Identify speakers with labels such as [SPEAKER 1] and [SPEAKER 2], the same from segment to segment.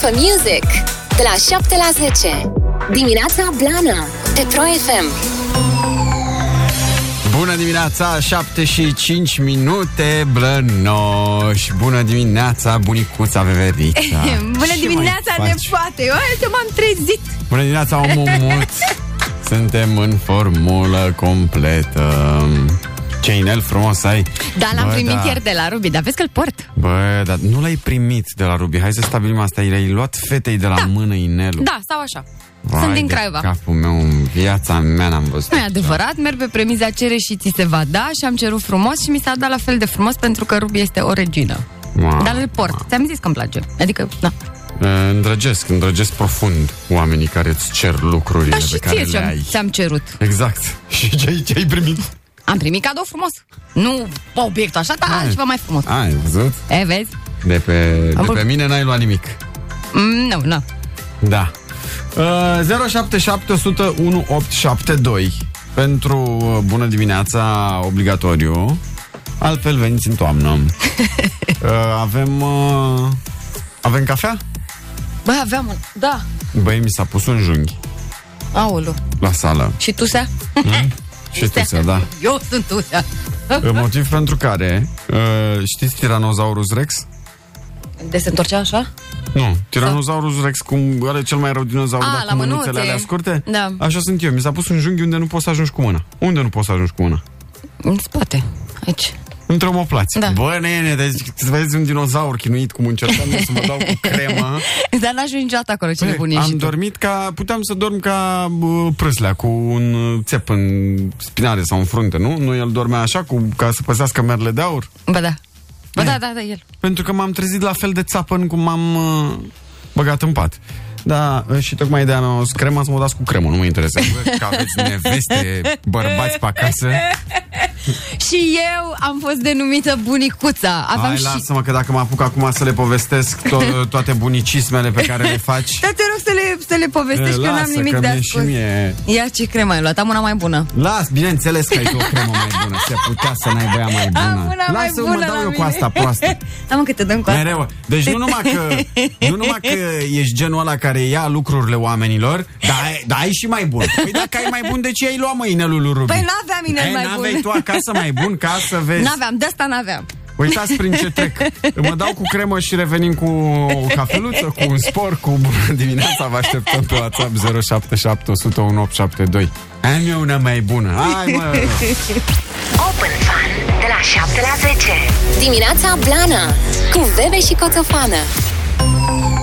[SPEAKER 1] for Music de la 7 la 10. Dimineața Blana pe Pro FM.
[SPEAKER 2] Bună dimineața, 7 și 5 minute, blănoși Bună dimineața, bunicuța Veverica
[SPEAKER 3] Bună
[SPEAKER 2] Ce
[SPEAKER 3] dimineața,
[SPEAKER 2] mai faci?
[SPEAKER 3] nepoate! Eu uite, m-am trezit!
[SPEAKER 2] Bună dimineața, omumuț Suntem în formulă completă Ce inel frumos ai
[SPEAKER 3] Da, l-am
[SPEAKER 2] Bă,
[SPEAKER 3] primit
[SPEAKER 2] da.
[SPEAKER 3] ieri de la Rubi, dar vezi că-l port.
[SPEAKER 2] Bă, dar nu l-ai primit de la Rubi Hai să stabilim asta, i-ai luat fetei de la da. mână inelul
[SPEAKER 3] Da, sau așa.
[SPEAKER 2] Vai
[SPEAKER 3] Sunt din
[SPEAKER 2] de
[SPEAKER 3] Craiova. Da,
[SPEAKER 2] capul meu, în viața mea n-am văzut
[SPEAKER 3] Nu e adevărat, merg pe premiza cere și ți se va da și am cerut frumos și mi s-a dat la fel de frumos pentru că Rubi este o regină.
[SPEAKER 2] Mamă.
[SPEAKER 3] Dar îl port. Ți-am zis că îmi place. Adică, da.
[SPEAKER 2] Îndrăgesc, îndrăgesc profund oamenii care îți cer lucrurile
[SPEAKER 3] Dar și
[SPEAKER 2] pe care
[SPEAKER 3] ție
[SPEAKER 2] le
[SPEAKER 3] ce-am,
[SPEAKER 2] ai.
[SPEAKER 3] ți-am cerut.
[SPEAKER 2] Exact. Și ce ai, ce ai primit?
[SPEAKER 3] Am primit cadou frumos. Nu obiectul așa, dar
[SPEAKER 2] Hai.
[SPEAKER 3] ceva mai frumos.
[SPEAKER 2] Ai văzut?
[SPEAKER 3] E, vezi?
[SPEAKER 2] De pe,
[SPEAKER 3] Am
[SPEAKER 2] de
[SPEAKER 3] văzut.
[SPEAKER 2] pe mine n-ai luat nimic.
[SPEAKER 3] Mm, nu, nu.
[SPEAKER 2] Da. Uh, 077 pentru uh, bună dimineața obligatoriu. Altfel veniți în toamnă. Uh, avem uh, avem cafea?
[SPEAKER 3] Bă, aveam un... Da.
[SPEAKER 2] Băi, mi s-a pus un junghi
[SPEAKER 3] Aulu.
[SPEAKER 2] la sală.
[SPEAKER 3] Și tu să?
[SPEAKER 2] Și tu să, da.
[SPEAKER 3] Eu sunt tu
[SPEAKER 2] Uh, Motiv pentru care, uh, știți Tyrannosaurus Rex?
[SPEAKER 3] De se întorcea așa?
[SPEAKER 2] Nu, Tyrannosaurus Rex, cum are cel mai rău dinozaur,
[SPEAKER 3] A,
[SPEAKER 2] dar
[SPEAKER 3] Ah, la
[SPEAKER 2] cu
[SPEAKER 3] mânuțe.
[SPEAKER 2] mânuțele alea scurte?
[SPEAKER 3] Da.
[SPEAKER 2] Așa sunt eu, mi s-a pus un junghi unde nu poți să ajungi cu mâna. Unde nu poți să ajungi cu mâna?
[SPEAKER 3] În spate. Aici.
[SPEAKER 2] Între omoplați.
[SPEAKER 3] Da.
[SPEAKER 2] Bă, nene, deci să vezi un dinozaur chinuit cum încercam eu să mă dau cu crema.
[SPEAKER 3] Dar n-ajungi niciodată acolo, ce nebunie
[SPEAKER 2] Păi, Am
[SPEAKER 3] și tu.
[SPEAKER 2] dormit ca, puteam să dorm ca bă, prâslea, cu un uh, țep în spinare sau în frunte, nu? Nu el dormea așa, cu, ca să păzească merle de aur?
[SPEAKER 3] Ba da. Ba da, da, da, el.
[SPEAKER 2] Pentru că m-am trezit la fel de țapăn cum m-am uh, băgat în pat. Da, uh, și tocmai de anul crema să mă dați cu cremă, nu mă interesează că aveți neveste, bărbați pe acasă.
[SPEAKER 3] Și eu am fost denumită bunicuța. Aveam
[SPEAKER 2] Hai,
[SPEAKER 3] și...
[SPEAKER 2] lasă-mă că dacă mă apuc acum să le povestesc to- toate bunicismele pe care le faci.
[SPEAKER 3] Dar te rog să le, să le povestești,
[SPEAKER 2] Eh,
[SPEAKER 3] că eu n-am nimic
[SPEAKER 2] că
[SPEAKER 3] de
[SPEAKER 2] mie și
[SPEAKER 3] ascuns.
[SPEAKER 2] mie...
[SPEAKER 3] Ia ce cremă ai luat, am una mai bună.
[SPEAKER 2] Las, bineînțeles că ai tu o cremă mai bună, se putea să n-ai băia mai bună.
[SPEAKER 3] Am una mai
[SPEAKER 2] Lasă-mă,
[SPEAKER 3] bună
[SPEAKER 2] mă dau
[SPEAKER 3] la
[SPEAKER 2] eu cu
[SPEAKER 3] mine.
[SPEAKER 2] asta proastă.
[SPEAKER 3] Da, mă, că te dăm cu asta.
[SPEAKER 2] Mereu. Deci nu numai, că, nu numai că ești genul ăla care ia lucrurile oamenilor, dar ai, dar ai și mai bun. Păi dacă ai mai bun, de ce ai luat mă inelul lui Rubi?
[SPEAKER 3] Păi n-aveam inel
[SPEAKER 2] Ei,
[SPEAKER 3] mai
[SPEAKER 2] n-aveai
[SPEAKER 3] bun.
[SPEAKER 2] tu acasă mai bun ca să vezi.
[SPEAKER 3] N-aveam, de asta n-aveam.
[SPEAKER 2] Uitați prin ce trec. Mă dau cu cremă și revenim cu o cafeluță, cu un spor, cu bună dimineața. Vă așteptăm pe WhatsApp 077 101 872. Am eu una mai bună. Hai mă!
[SPEAKER 4] Open Fun de la 7 la 10.
[SPEAKER 1] Dimineața Blana cu Bebe și Coțofană.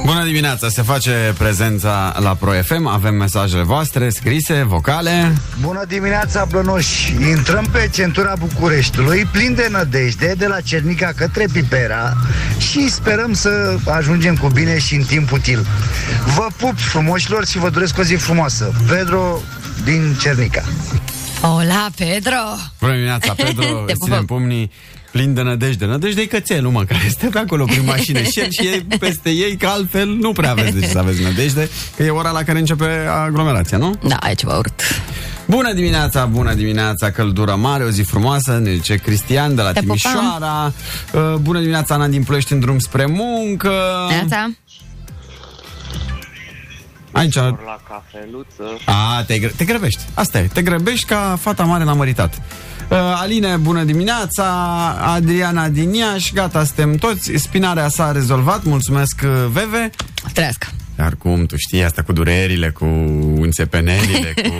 [SPEAKER 2] Bună dimineața, se face prezența la Pro FM, avem mesajele voastre scrise, vocale.
[SPEAKER 5] Bună dimineața, Blănoși! Intrăm pe centura Bucureștiului, plin de nădejde, de la Cernica către Pipera și sperăm să ajungem cu bine și în timp util. Vă pup frumoșilor și vă doresc o zi frumoasă. Pedro din Cernica.
[SPEAKER 3] Ola, Pedro!
[SPEAKER 2] Bună dimineața, Pedro,
[SPEAKER 3] Te
[SPEAKER 2] îți ținem
[SPEAKER 3] pupăm.
[SPEAKER 2] pumnii plin de nădejde. Nădejde e cățelul, mă, care stă pe acolo prin mașină și el și e peste ei, că altfel nu prea aveți de ce să aveți nădejde, că e ora la care începe aglomerația, nu?
[SPEAKER 3] Da, ai ceva urât.
[SPEAKER 2] Bună dimineața, bună dimineața, căldură mare, o zi frumoasă, ne zice Cristian de la
[SPEAKER 3] Te pupăm.
[SPEAKER 2] Timișoara. Uh, Bună dimineața, Ana din Ploiești, în drum spre muncă. Da.
[SPEAKER 3] Neața?
[SPEAKER 2] Aici,
[SPEAKER 6] la cafeluță.
[SPEAKER 2] A, te, gre- te grăbești. Asta e. Te grăbești ca fata mare la măritat. Uh, Aline, bună dimineața, Adriana din Iași, gata, suntem toți, spinarea s-a rezolvat, mulțumesc, uh, Veve.
[SPEAKER 3] Trăiască.
[SPEAKER 2] Dar cum, tu știi asta cu durerile, cu înțepenerile, cu,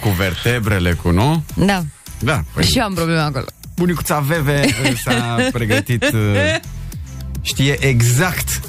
[SPEAKER 2] cu vertebrele, cu nu?
[SPEAKER 3] Da.
[SPEAKER 2] Da, păi
[SPEAKER 3] Și eu am probleme acolo.
[SPEAKER 2] bunicuța Veve uh, s-a pregătit, uh, știe exact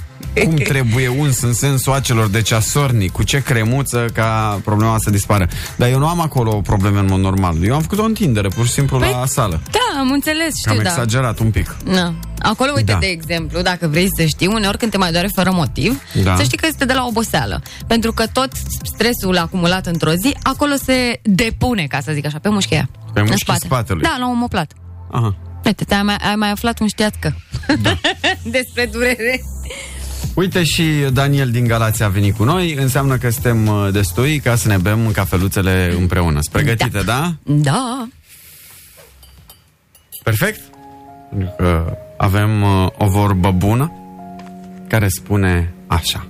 [SPEAKER 2] cum trebuie uns în sensul acelor de ceasornic, cu ce cremuță ca problema să dispară. Dar eu nu am acolo probleme în mod normal. Eu am făcut o întindere, pur și simplu, păi, la sală.
[SPEAKER 3] Da, am înțeles, știu,
[SPEAKER 2] Am
[SPEAKER 3] da.
[SPEAKER 2] exagerat un pic.
[SPEAKER 3] Na. Acolo, uite,
[SPEAKER 2] Da.
[SPEAKER 3] da. de exemplu, dacă vrei să știi, uneori când te mai doare fără motiv,
[SPEAKER 2] Da.
[SPEAKER 3] da. să știi că este de la oboseală. Pentru că tot stresul acumulat într-o zi, acolo se depune, ca să zic așa, pe mușcheia.
[SPEAKER 2] Pe
[SPEAKER 3] în
[SPEAKER 2] mușchii
[SPEAKER 3] spate.
[SPEAKER 2] spatelui.
[SPEAKER 3] Da, la omoplat.
[SPEAKER 2] Aha.
[SPEAKER 3] Uite, te-ai mai, ai mai aflat un știat că.
[SPEAKER 2] Da.
[SPEAKER 3] Despre durere.
[SPEAKER 2] Uite și Daniel din Galația a venit cu noi. Înseamnă că suntem uh, destui ca să ne bem cafeluțele împreună. Sunt pregătite, da? da?
[SPEAKER 3] Da.
[SPEAKER 2] Perfect. Pentru că avem uh, o vorbă bună care spune așa.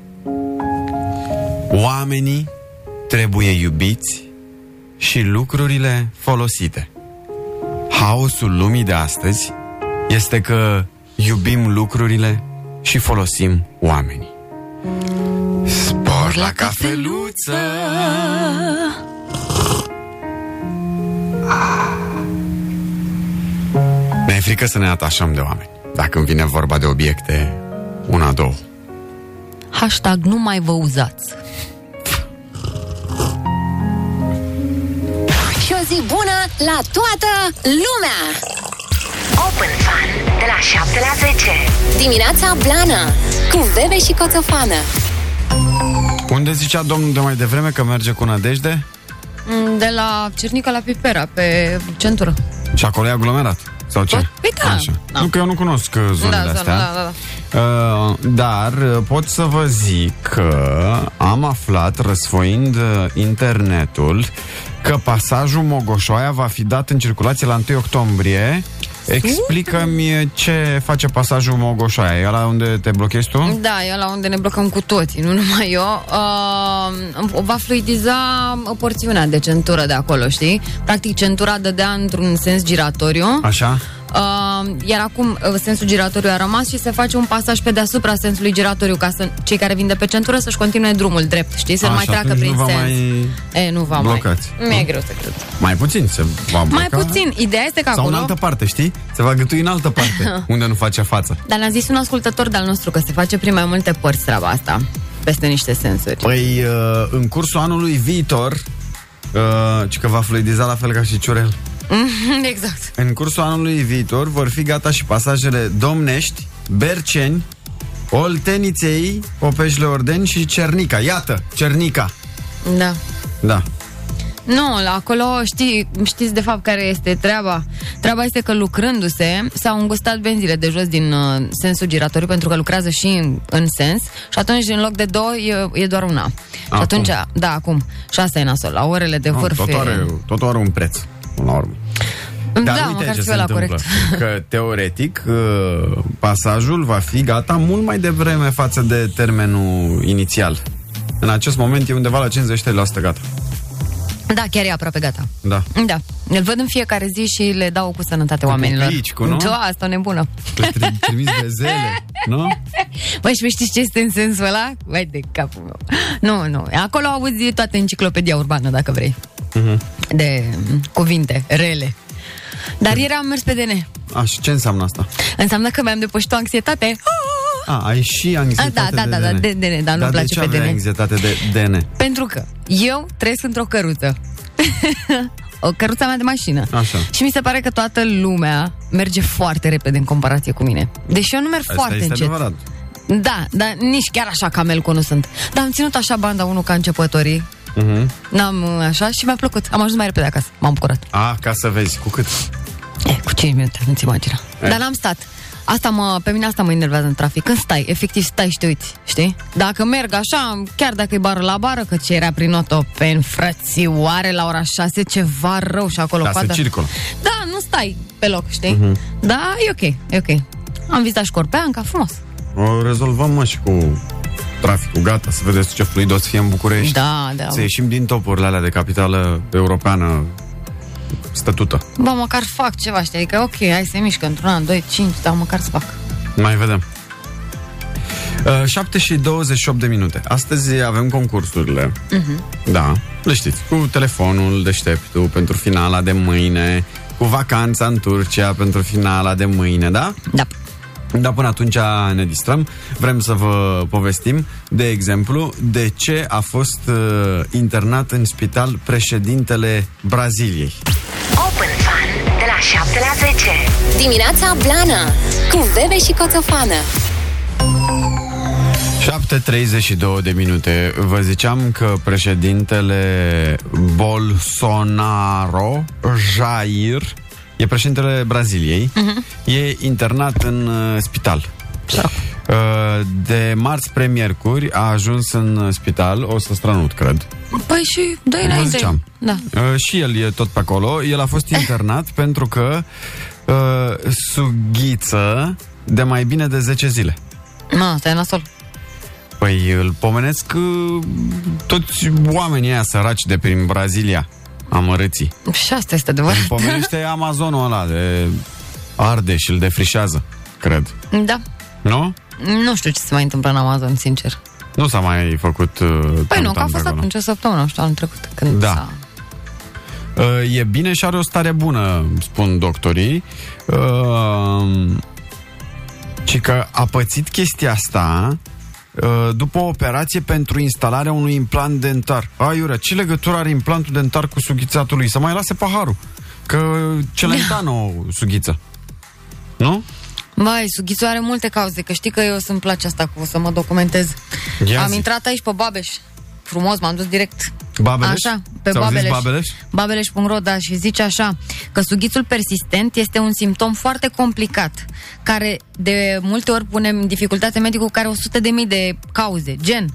[SPEAKER 2] Oamenii trebuie iubiți și lucrurile folosite. Haosul lumii de astăzi este că iubim lucrurile și folosim oamenii. Spor la cafeluță! Mi-e frică să ne atașăm de oameni. Dacă îmi vine vorba de obiecte, una, două.
[SPEAKER 3] Hashtag nu mai vă uzați.
[SPEAKER 1] Și o zi bună la toată lumea!
[SPEAKER 4] Open Fun de la 7 la 10.
[SPEAKER 1] Dimineața Blana Cu Bebe și Coțofană
[SPEAKER 2] Unde zicea domnul de mai devreme că merge cu nădejde?
[SPEAKER 3] Mm, De la Cernica la Pipera, pe centură.
[SPEAKER 2] Și acolo e aglomerat. Sau ce?
[SPEAKER 3] Păi da. Da.
[SPEAKER 2] Nu că eu nu cunosc uh, zonele
[SPEAKER 3] Da, zona,
[SPEAKER 2] astea.
[SPEAKER 3] da, da,
[SPEAKER 2] Uh, dar uh, pot să vă zic că am aflat, răsfoind uh, internetul, că pasajul Mogoșoaia va fi dat în circulație la 1 octombrie. Explică-mi uh, ce face pasajul Mogoșoaia. E la unde te blochezi tu?
[SPEAKER 3] Da, e la unde ne blocăm cu toții, nu numai eu. Uh, va fluidiza uh, porțiunea de centură de acolo, știi? Practic, centura dădea într-un sens giratoriu.
[SPEAKER 2] Așa?
[SPEAKER 3] Uh, iar acum uh, sensul giratoriu a rămas și se face un pasaj pe deasupra sensului giratoriu ca să cei care vin de pe centură să-și continue drumul drept, știi? Să nu
[SPEAKER 2] A,
[SPEAKER 3] mai
[SPEAKER 2] și
[SPEAKER 3] treacă
[SPEAKER 2] atunci
[SPEAKER 3] prin
[SPEAKER 2] nu va
[SPEAKER 3] sens.
[SPEAKER 2] mai
[SPEAKER 3] E, nu va
[SPEAKER 2] blocați,
[SPEAKER 3] mai. Mi-e greu să cred.
[SPEAKER 2] Mai puțin se va
[SPEAKER 3] Mai
[SPEAKER 2] bloca.
[SPEAKER 3] puțin. Ideea este că
[SPEAKER 2] Sau în
[SPEAKER 3] acolo...
[SPEAKER 2] altă parte, știi? Se va gătui în altă parte, unde nu face față.
[SPEAKER 3] Dar ne-a zis un ascultător de-al nostru că se face prin mai multe părți treaba asta, peste niște sensuri.
[SPEAKER 2] Păi, uh, în cursul anului viitor, uh, ci că va fluidiza la fel ca și Ciurel, Păi-
[SPEAKER 3] exact.
[SPEAKER 2] în cursul anului viitor vor fi gata și pasajele Domnești, Berceni, Olteniței, Popeșle Orden și Cernica. Iată, Cernica.
[SPEAKER 3] Da.
[SPEAKER 2] Da.
[SPEAKER 3] Nu, la acolo știi, știți de fapt care este treaba. Treaba este că lucrându-se s-au îngustat benzile de jos din uh, sensul giratoriu pentru că lucrează și în, în sens și atunci în loc de două e, e doar una.
[SPEAKER 2] Acum. Ah,
[SPEAKER 3] Și atunci, da, acum. Și asta e nasol, la orele de vârf.
[SPEAKER 2] tot,
[SPEAKER 3] e-
[SPEAKER 2] are, tot are un preț, până la urmă. Dar
[SPEAKER 3] da,
[SPEAKER 2] uite
[SPEAKER 3] măcar
[SPEAKER 2] ce
[SPEAKER 3] fi
[SPEAKER 2] se
[SPEAKER 3] la
[SPEAKER 2] întâmplă,
[SPEAKER 3] corect.
[SPEAKER 2] că teoretic uh, pasajul va fi gata mult mai devreme față de termenul inițial. În acest moment e undeva la 53% gata.
[SPEAKER 3] Da, chiar e aproape gata.
[SPEAKER 2] Da.
[SPEAKER 3] Da, îl văd în fiecare zi și le dau cu sănătate oamenilor.
[SPEAKER 2] pupici, cu nu?
[SPEAKER 3] Da, asta e nebună.
[SPEAKER 2] Te tri- Trimis de zele, nu?
[SPEAKER 3] Băi, și știți ce este în sensul ăla? Vai de capul meu. Nu, nu. Acolo auzi toată enciclopedia urbană, dacă vrei.
[SPEAKER 2] Mhm.
[SPEAKER 3] De mm, cuvinte rele. Dar ieri am mers pe DN.
[SPEAKER 2] Așa, ce înseamnă asta?
[SPEAKER 3] Înseamnă că mi-am depășit o anxietate. Ah,
[SPEAKER 2] A, ai și anxietate
[SPEAKER 3] A, da,
[SPEAKER 2] de
[SPEAKER 3] da, da,
[SPEAKER 2] DN.
[SPEAKER 3] de DN, dar nu-mi
[SPEAKER 2] de
[SPEAKER 3] place
[SPEAKER 2] ce
[SPEAKER 3] pe
[SPEAKER 2] aveai
[SPEAKER 3] DN?
[SPEAKER 2] anxietate de DN?
[SPEAKER 3] Pentru că eu trăiesc într-o căruță. o căruța mea de mașină.
[SPEAKER 2] Așa.
[SPEAKER 3] Și mi se pare că toată lumea merge foarte repede în comparație cu mine. Deși eu nu merg foarte
[SPEAKER 2] este
[SPEAKER 3] încet.
[SPEAKER 2] adevărat.
[SPEAKER 3] Da, dar nici chiar așa camelco nu sunt. Dar am ținut așa banda 1 ca începătorii.
[SPEAKER 2] Mhm.
[SPEAKER 3] N-am uh, așa și mi-a plăcut. Am ajuns mai repede acasă. M-am bucurat.
[SPEAKER 2] A, ca să vezi, cu cât?
[SPEAKER 3] E, cu 5 minute, nu-ți imagina.
[SPEAKER 2] E.
[SPEAKER 3] Dar n-am stat. Asta mă, pe mine asta mă enervează în trafic. Când stai, efectiv stai și te uiți, știi? Dacă merg așa, chiar dacă e bară la bară, că ce era prin Otopen, frățioare, la ora 6, ceva rău și acolo.
[SPEAKER 2] Da, se
[SPEAKER 3] coada.
[SPEAKER 2] circulă.
[SPEAKER 3] Da, nu stai pe loc, știi? Da, e ok, e ok. Am vizitat și Corbeanca, frumos.
[SPEAKER 2] O rezolvăm, mă, și cu traficul, gata, să vedeți ce fluid o să fie în București.
[SPEAKER 3] Da, da.
[SPEAKER 2] Să ieșim din topurile alea de capitală europeană stătută.
[SPEAKER 3] Bă, măcar fac ceva, știi? Adică, ok, hai să mișcă într-un an, doi, cinci, dar măcar să fac.
[SPEAKER 2] Mai vedem. Uh, 7 și 28 de minute. Astăzi avem concursurile. Uh-huh. Da, le știți. Cu telefonul deșteptul pentru finala de mâine, cu vacanța în Turcia pentru finala de mâine, da?
[SPEAKER 3] Da.
[SPEAKER 2] Dar până atunci ne distrăm. Vrem să vă povestim, de exemplu, de ce a fost uh, internat în spital președintele Braziliei.
[SPEAKER 4] Open Fun de la 7 la 10.
[SPEAKER 1] Dimineața Blana Cu Bebe și Coțofană
[SPEAKER 2] 7.32 de minute. Vă ziceam că președintele Bolsonaro, Jair, e președintele Braziliei,
[SPEAKER 3] Mhm.
[SPEAKER 2] e internat în uh, spital.
[SPEAKER 3] Da.
[SPEAKER 2] Uh, De marți spre miercuri a ajuns în uh, spital, o să stranut, cred.
[SPEAKER 3] Păi și doi
[SPEAKER 2] Vă
[SPEAKER 3] înainte.
[SPEAKER 2] ziceam.
[SPEAKER 3] Da.
[SPEAKER 2] Uh, și el e tot pe acolo. El a fost internat pentru că uh, sughiță de mai bine de 10 zile.
[SPEAKER 3] Mă, stai nasol.
[SPEAKER 2] Păi îl pomenesc uh, toți oamenii aia săraci de prin Brazilia, amărâții.
[SPEAKER 3] Și asta este
[SPEAKER 2] Îl
[SPEAKER 3] adevărat.
[SPEAKER 2] pomenește Amazonul ăla de arde și îl defrișează, cred.
[SPEAKER 3] Da.
[SPEAKER 2] Nu?
[SPEAKER 3] Nu știu ce se mai întâmplă în Amazon, sincer.
[SPEAKER 2] Nu s-a mai făcut uh,
[SPEAKER 3] Păi nu,
[SPEAKER 2] tam-tam
[SPEAKER 3] că a
[SPEAKER 2] pe
[SPEAKER 3] fost
[SPEAKER 2] acolo.
[SPEAKER 3] atunci o săptămână, nu știu, anul trecut. Când
[SPEAKER 2] Da.
[SPEAKER 3] s-a...
[SPEAKER 2] Uh, E bine și are o stare bună, spun doctorii. Uh, Ci că a pățit chestia asta uh, după o operație pentru instalarea unui implant dentar. Aiurea, ce legătură are implantul dentar cu sughițatul lui? Să mai lase paharul. Că Celentano o sughiță. Nu?
[SPEAKER 3] Băi, sughițul are multe cauze, că știi că eu sunt place asta cu să mă documentez.
[SPEAKER 2] Ia
[SPEAKER 3] Am
[SPEAKER 2] zi.
[SPEAKER 3] intrat aici pe Babeș. Frumos, m-am dus direct.
[SPEAKER 2] Babeleș?
[SPEAKER 3] Așa, pe
[SPEAKER 2] Ți-au zis
[SPEAKER 3] Babeleș.
[SPEAKER 2] Babeleș?
[SPEAKER 3] Babeleș.ro, da, și zice așa că sughițul persistent este un simptom foarte complicat, care de multe ori pune în dificultate medicul care are 100 de mii de cauze, gen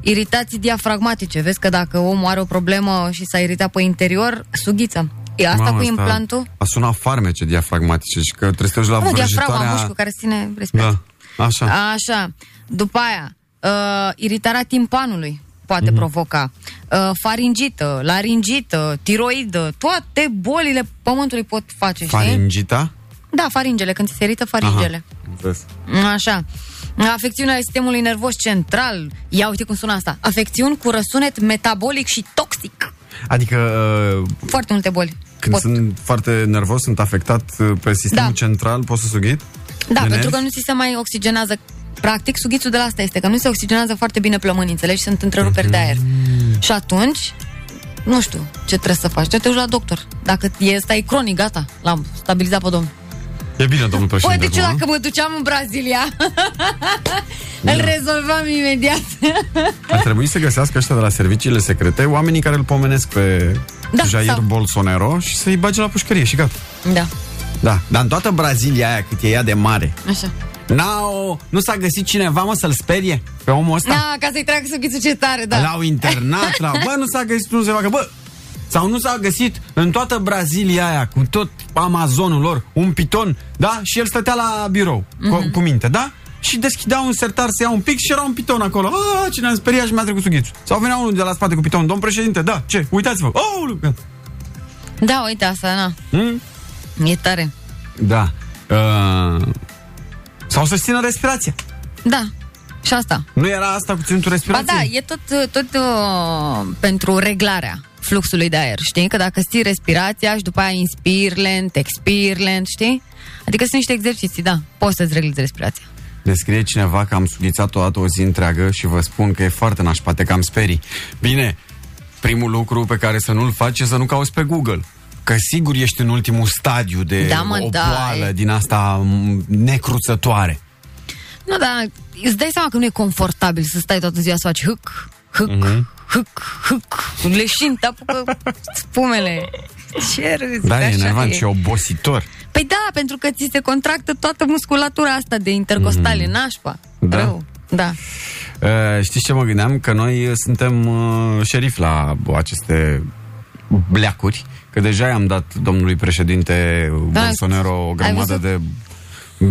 [SPEAKER 3] iritații diafragmatice. Vezi că dacă omul are o problemă și s-a iritat pe interior, sughiță. E asta
[SPEAKER 2] Mamă,
[SPEAKER 3] cu implantul?
[SPEAKER 2] A sunat farmece diafragmatice și că trebuie să te duci la
[SPEAKER 3] Nu, diafragma,
[SPEAKER 2] vrăjitoarea...
[SPEAKER 3] mușcul care ține respirația.
[SPEAKER 2] Da, așa.
[SPEAKER 3] Așa. După aia, uh, iritarea timpanului poate provoca uh, faringită, laringită, tiroidă, toate bolile pământului pot face, știi?
[SPEAKER 2] Faringita?
[SPEAKER 3] Da, faringele, când ți se irită faringele.
[SPEAKER 2] Înțeles.
[SPEAKER 3] Așa. Afecțiunea sistemului nervos central. Ia uite cum sună asta. Afecțiuni cu răsunet metabolic și toxic.
[SPEAKER 2] Adică uh,
[SPEAKER 3] Foarte multe boli.
[SPEAKER 2] când
[SPEAKER 3] pot.
[SPEAKER 2] sunt foarte nervos, sunt afectat uh, pe sistemul
[SPEAKER 3] Da.
[SPEAKER 2] central, pot să sughit?
[SPEAKER 3] Da,
[SPEAKER 2] De
[SPEAKER 3] pentru
[SPEAKER 2] nervi?
[SPEAKER 3] că nu ți se mai oxigenează Practic, sughițul de la asta este că nu se oxigenează foarte bine plămânii, înțelegi? Sunt întreruperi de aer. Și atunci, nu știu ce trebuie să faci. Trebuie să te duci la doctor. Dacă e, stai cronic, gata, l-am stabilizat pe domnul.
[SPEAKER 2] E bine, domnul
[SPEAKER 3] Păi,
[SPEAKER 2] președinte.
[SPEAKER 3] de ce
[SPEAKER 2] acum,
[SPEAKER 3] dacă mă duceam în Brazilia? Îl rezolvam imediat.
[SPEAKER 2] nu? Ar trebui să găsească ăștia de la serviciile secrete oamenii care îl pomenesc pe
[SPEAKER 3] Da,
[SPEAKER 2] Jair
[SPEAKER 3] sau-
[SPEAKER 2] Bolsonaro și să-i bage la pușcărie și gata.
[SPEAKER 3] da,
[SPEAKER 2] Da, dar în toată Brazilia aia, cât e ea de mare,
[SPEAKER 3] așa.
[SPEAKER 2] n-au, nu s-a găsit cineva, mă, să-l sperie pe omul ăsta?
[SPEAKER 3] Da, ca să-i treacă sughițul ce tare, da.
[SPEAKER 2] L-au internat la... Bă, nu s-a găsit nu se facă, bă! Sau nu s-a găsit în toată Brazilia aia, cu tot Amazonul lor, un piton, da? Și el stătea la birou,
[SPEAKER 3] Mhm.
[SPEAKER 2] cu, cu minte, da? Și deschidea un sertar să ia un pic și era un piton acolo. A, cine am speriat și mi-a trecut sughițul. Sau venea unul de la spate cu piton, domn președinte, da, ce? Uitați-vă! Oh,
[SPEAKER 3] Da, uite asta, na.
[SPEAKER 2] mm?
[SPEAKER 3] E tare.
[SPEAKER 2] Da. Uh... Sau să-și țină respirația.
[SPEAKER 3] Da, și asta.
[SPEAKER 2] Nu era asta cu ținutul
[SPEAKER 3] Ba
[SPEAKER 2] respirației?
[SPEAKER 3] da, e tot, tot uh, pentru reglarea fluxului de aer, știi? Că dacă ții respirația și după aia inspiri lent, expiri lent, știi? Adică sunt niște exerciții, da, poți să-ți reglezi respirația.
[SPEAKER 2] Ne scrie cineva că am sughițat o dată o zi întreagă și vă spun că e foarte nașpate, că am sperii. Bine, primul lucru pe care să nu-l faci e să nu cauți pe Google. Că sigur ești în ultimul stadiu de
[SPEAKER 3] Da, mă,
[SPEAKER 2] o
[SPEAKER 3] da,
[SPEAKER 2] boală
[SPEAKER 3] e-
[SPEAKER 2] din asta m, necruțătoare.
[SPEAKER 3] Nu, dar îți dai seama că nu e confortabil să stai toată ziua să faci hâc, hâc,
[SPEAKER 2] Mhm.
[SPEAKER 3] mm-hmm. hâc, hâc, leșin, te apucă spumele. Ce râzi,
[SPEAKER 2] Da,
[SPEAKER 3] că
[SPEAKER 2] e
[SPEAKER 3] așa
[SPEAKER 2] enervant și obositor.
[SPEAKER 3] Păi da, pentru că ți se contractă toată musculatura asta de intercostale, mm. nașpa.
[SPEAKER 2] Mhm. Da.
[SPEAKER 3] Rău. Da.
[SPEAKER 2] Uh, știți ce mă gândeam? Că noi uh, suntem uh, șerif la aceste bleacuri, că deja i-am dat domnului președinte
[SPEAKER 3] Da,
[SPEAKER 2] Bolsonaro o
[SPEAKER 3] ai
[SPEAKER 2] grămadă
[SPEAKER 3] văzut?
[SPEAKER 2] de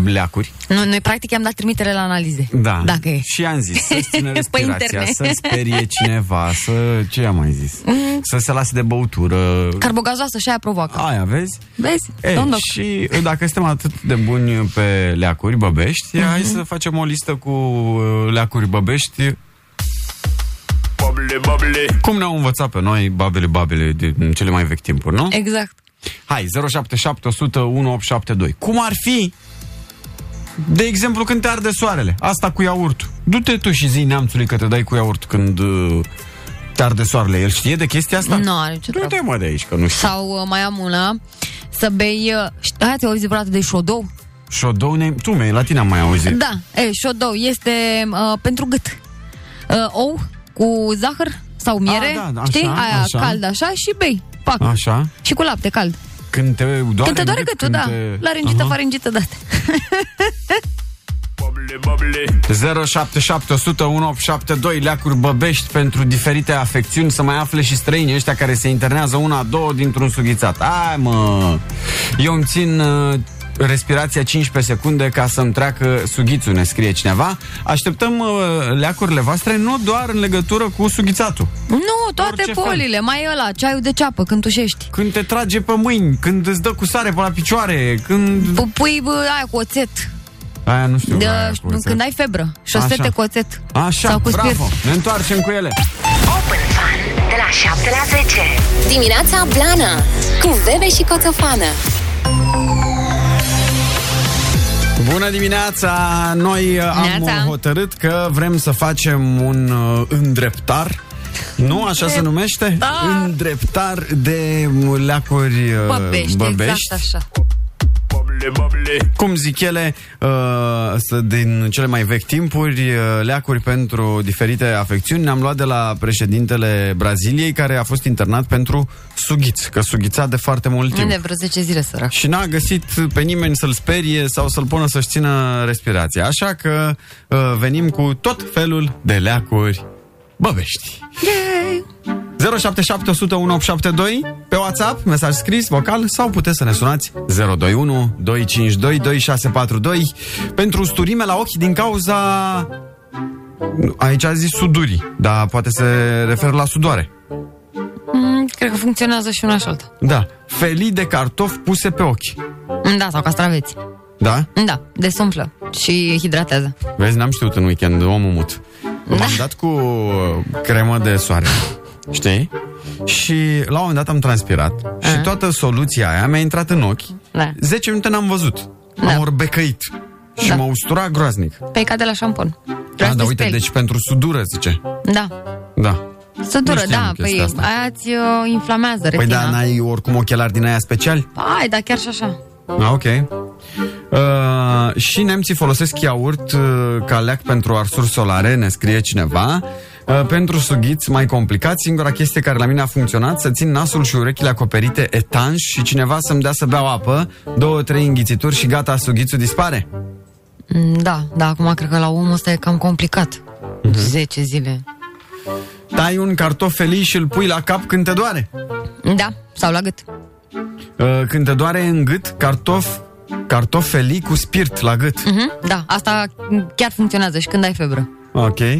[SPEAKER 2] bleacuri.
[SPEAKER 3] Noi, noi practic i-am dat trimitere la analize.
[SPEAKER 2] Da.
[SPEAKER 3] Dacă e.
[SPEAKER 2] Și am zis să țină
[SPEAKER 3] Pe
[SPEAKER 2] respirația,
[SPEAKER 3] internet.
[SPEAKER 2] să sperie cineva, să... ce am mai zis?
[SPEAKER 3] Mm.
[SPEAKER 2] Să se lase de băutură.
[SPEAKER 3] Carbogazoasă și aia provoacă.
[SPEAKER 2] Aia, vezi?
[SPEAKER 3] Vezi?
[SPEAKER 2] E,
[SPEAKER 3] Domn doc.
[SPEAKER 2] și dacă suntem atât de buni pe leacuri băbești,
[SPEAKER 3] Mhm.
[SPEAKER 2] hai să facem o listă cu uh, leacuri băbești.
[SPEAKER 6] Bubble, bubble.
[SPEAKER 2] Cum ne-au învățat pe noi babele, babele din cele mai vechi timpuri, nu?
[SPEAKER 3] Exact.
[SPEAKER 2] Hai, 0771001872. Cum ar fi, de exemplu, când te arde soarele? Asta cu iaurtul. Du-te tu și zi neamțului că te dai cu iaurt când uh, te arde soarele. El știe de chestia asta?
[SPEAKER 3] Nu are ce
[SPEAKER 2] Du-te
[SPEAKER 3] treabă.
[SPEAKER 2] mă de aici, că nu știu.
[SPEAKER 3] Sau uh, mai am una, să bei... uh, șt- Hai, ți-ai auzit vreodată de șodou?
[SPEAKER 2] Șodou ne... Tu, mei, la tine am mai auzit.
[SPEAKER 3] Da, e, șodou este uh, pentru gât. Uh, ou cu zahăr sau miere,
[SPEAKER 2] da, da,
[SPEAKER 3] știi?
[SPEAKER 2] așa,
[SPEAKER 3] Aia
[SPEAKER 2] așa.
[SPEAKER 3] cald așa și bei. Pac.
[SPEAKER 2] Așa.
[SPEAKER 3] Și cu lapte cald.
[SPEAKER 2] Când te doare,
[SPEAKER 3] Da. Când te doare
[SPEAKER 2] în gât,
[SPEAKER 3] gâtul, da.
[SPEAKER 2] te-
[SPEAKER 3] Laringită,
[SPEAKER 2] Aha.
[SPEAKER 3] faringită, date.
[SPEAKER 2] 07711872 leacuri băbești pentru diferite afecțiuni să mai afle și străinii ăștia care se internează una, două dintr-un sughițat. Ai mă! Eu îmi țin uh, respirația 15 secunde ca să-mi treacă sughițul, ne scrie cineva. Așteptăm uh, leacurile voastre nu doar în legătură cu sughițatul.
[SPEAKER 3] Nu, toate
[SPEAKER 2] Orice fel.
[SPEAKER 3] polile, mai ăla, ceaiul de ceapă, când tușești.
[SPEAKER 2] Când te trage pe mâini, când îți dă cu sare pe la picioare, când...
[SPEAKER 3] Pu- Pui bă, aia cu oțet.
[SPEAKER 2] Aia nu știu.
[SPEAKER 3] De,
[SPEAKER 2] aia cu
[SPEAKER 3] nu, Da, când
[SPEAKER 2] oțet.
[SPEAKER 3] ai febră.
[SPEAKER 2] Așa.
[SPEAKER 3] Șosete cu oțet.
[SPEAKER 2] Așa,
[SPEAKER 3] sau cu
[SPEAKER 2] bravo.
[SPEAKER 3] spirit.
[SPEAKER 2] Ne întoarcem cu ele.
[SPEAKER 4] Open Fun de la 7 la 10.
[SPEAKER 1] Dimineața Blana Cu Bebe și Coțofană
[SPEAKER 2] Bună dimineața! Noi uh, am
[SPEAKER 3] Neața.
[SPEAKER 2] uh, hotărât că vrem să facem un uh, îndreptar. Nu, așa se numește? Îndreptar de uh, leacuri uh,
[SPEAKER 3] Băbești,
[SPEAKER 2] băbești.
[SPEAKER 3] exact așa.
[SPEAKER 6] Bubble, bubble.
[SPEAKER 2] Cum zic ele, uh, să din cele mai vechi timpuri, uh, leacuri pentru diferite afecțiuni ne-am luat de la președintele Braziliei, care a fost internat pentru sughiț, că sughița de foarte mult timp.
[SPEAKER 3] Unde vreo 10 zile, sărac.
[SPEAKER 2] Și n-a găsit pe nimeni să-l sperie sau să-l pună să-și țină respirația. Așa că uh, venim cu tot felul de leacuri băbești. 077 pe WhatsApp, mesaj scris, vocal sau puteți să ne sunați 021 252 2642 pentru sturime la ochi din cauza aici a zis sudurii, dar poate se referă la sudoare.
[SPEAKER 3] Mm, cred că funcționează și una și alta.
[SPEAKER 2] Da, felii de cartofi puse pe ochi.
[SPEAKER 3] Mm, Da, sau castraveți.
[SPEAKER 2] Da?
[SPEAKER 3] Mm, Da, desumflă și hidratează.
[SPEAKER 2] Vezi, n-am știut în weekend, omul mut.
[SPEAKER 3] Da.
[SPEAKER 2] M-am dat cu uh, cremă de soare, știi? Și la un moment dat am transpirat și
[SPEAKER 3] A.
[SPEAKER 2] toată soluția aia mi-a intrat în ochi.
[SPEAKER 3] Da.
[SPEAKER 2] 10 minute n-am văzut.
[SPEAKER 3] Da.
[SPEAKER 2] Am orbecăit. Și
[SPEAKER 3] Da.
[SPEAKER 2] m-a usturat groaznic.
[SPEAKER 3] Păi ca de la șampon. Vreau
[SPEAKER 2] Da,
[SPEAKER 3] să
[SPEAKER 2] da,
[SPEAKER 3] te
[SPEAKER 2] uite,
[SPEAKER 3] speli.
[SPEAKER 2] deci pentru sudură, zice.
[SPEAKER 3] Da,
[SPEAKER 2] Da. Nu
[SPEAKER 3] Sătură,
[SPEAKER 2] știam
[SPEAKER 3] da,
[SPEAKER 2] chestia
[SPEAKER 3] păi
[SPEAKER 2] asta.
[SPEAKER 3] aia îți uh, inflamează
[SPEAKER 2] Păi
[SPEAKER 3] retina.
[SPEAKER 2] da, n-ai oricum ochelari din aia speciali?
[SPEAKER 3] Ai, da, chiar și așa.
[SPEAKER 2] Ah, ok. Uh, și nemții folosesc iaurt uh, ca leac pentru arsuri solare, ne scrie cineva. Uh, pentru sughiți mai complicat, singura chestie care la mine a funcționat, să țin nasul și urechile acoperite etanș și cineva să-mi dea să beau apă, două, trei înghițituri și gata, sughițul dispare.
[SPEAKER 3] Mm, Da, da, acum cred că la omul ăsta e cam complicat.
[SPEAKER 2] Mhm.
[SPEAKER 3] 10 zile.
[SPEAKER 2] Tai un cartof felii și îl pui la cap când te doare.
[SPEAKER 3] Da, sau la gât.
[SPEAKER 2] Uh, când te doare în gât, cartof, cartof felii cu spirit la gât.
[SPEAKER 3] Mhm, Da, asta chiar funcționează și când ai febră.
[SPEAKER 2] Ok. Uh,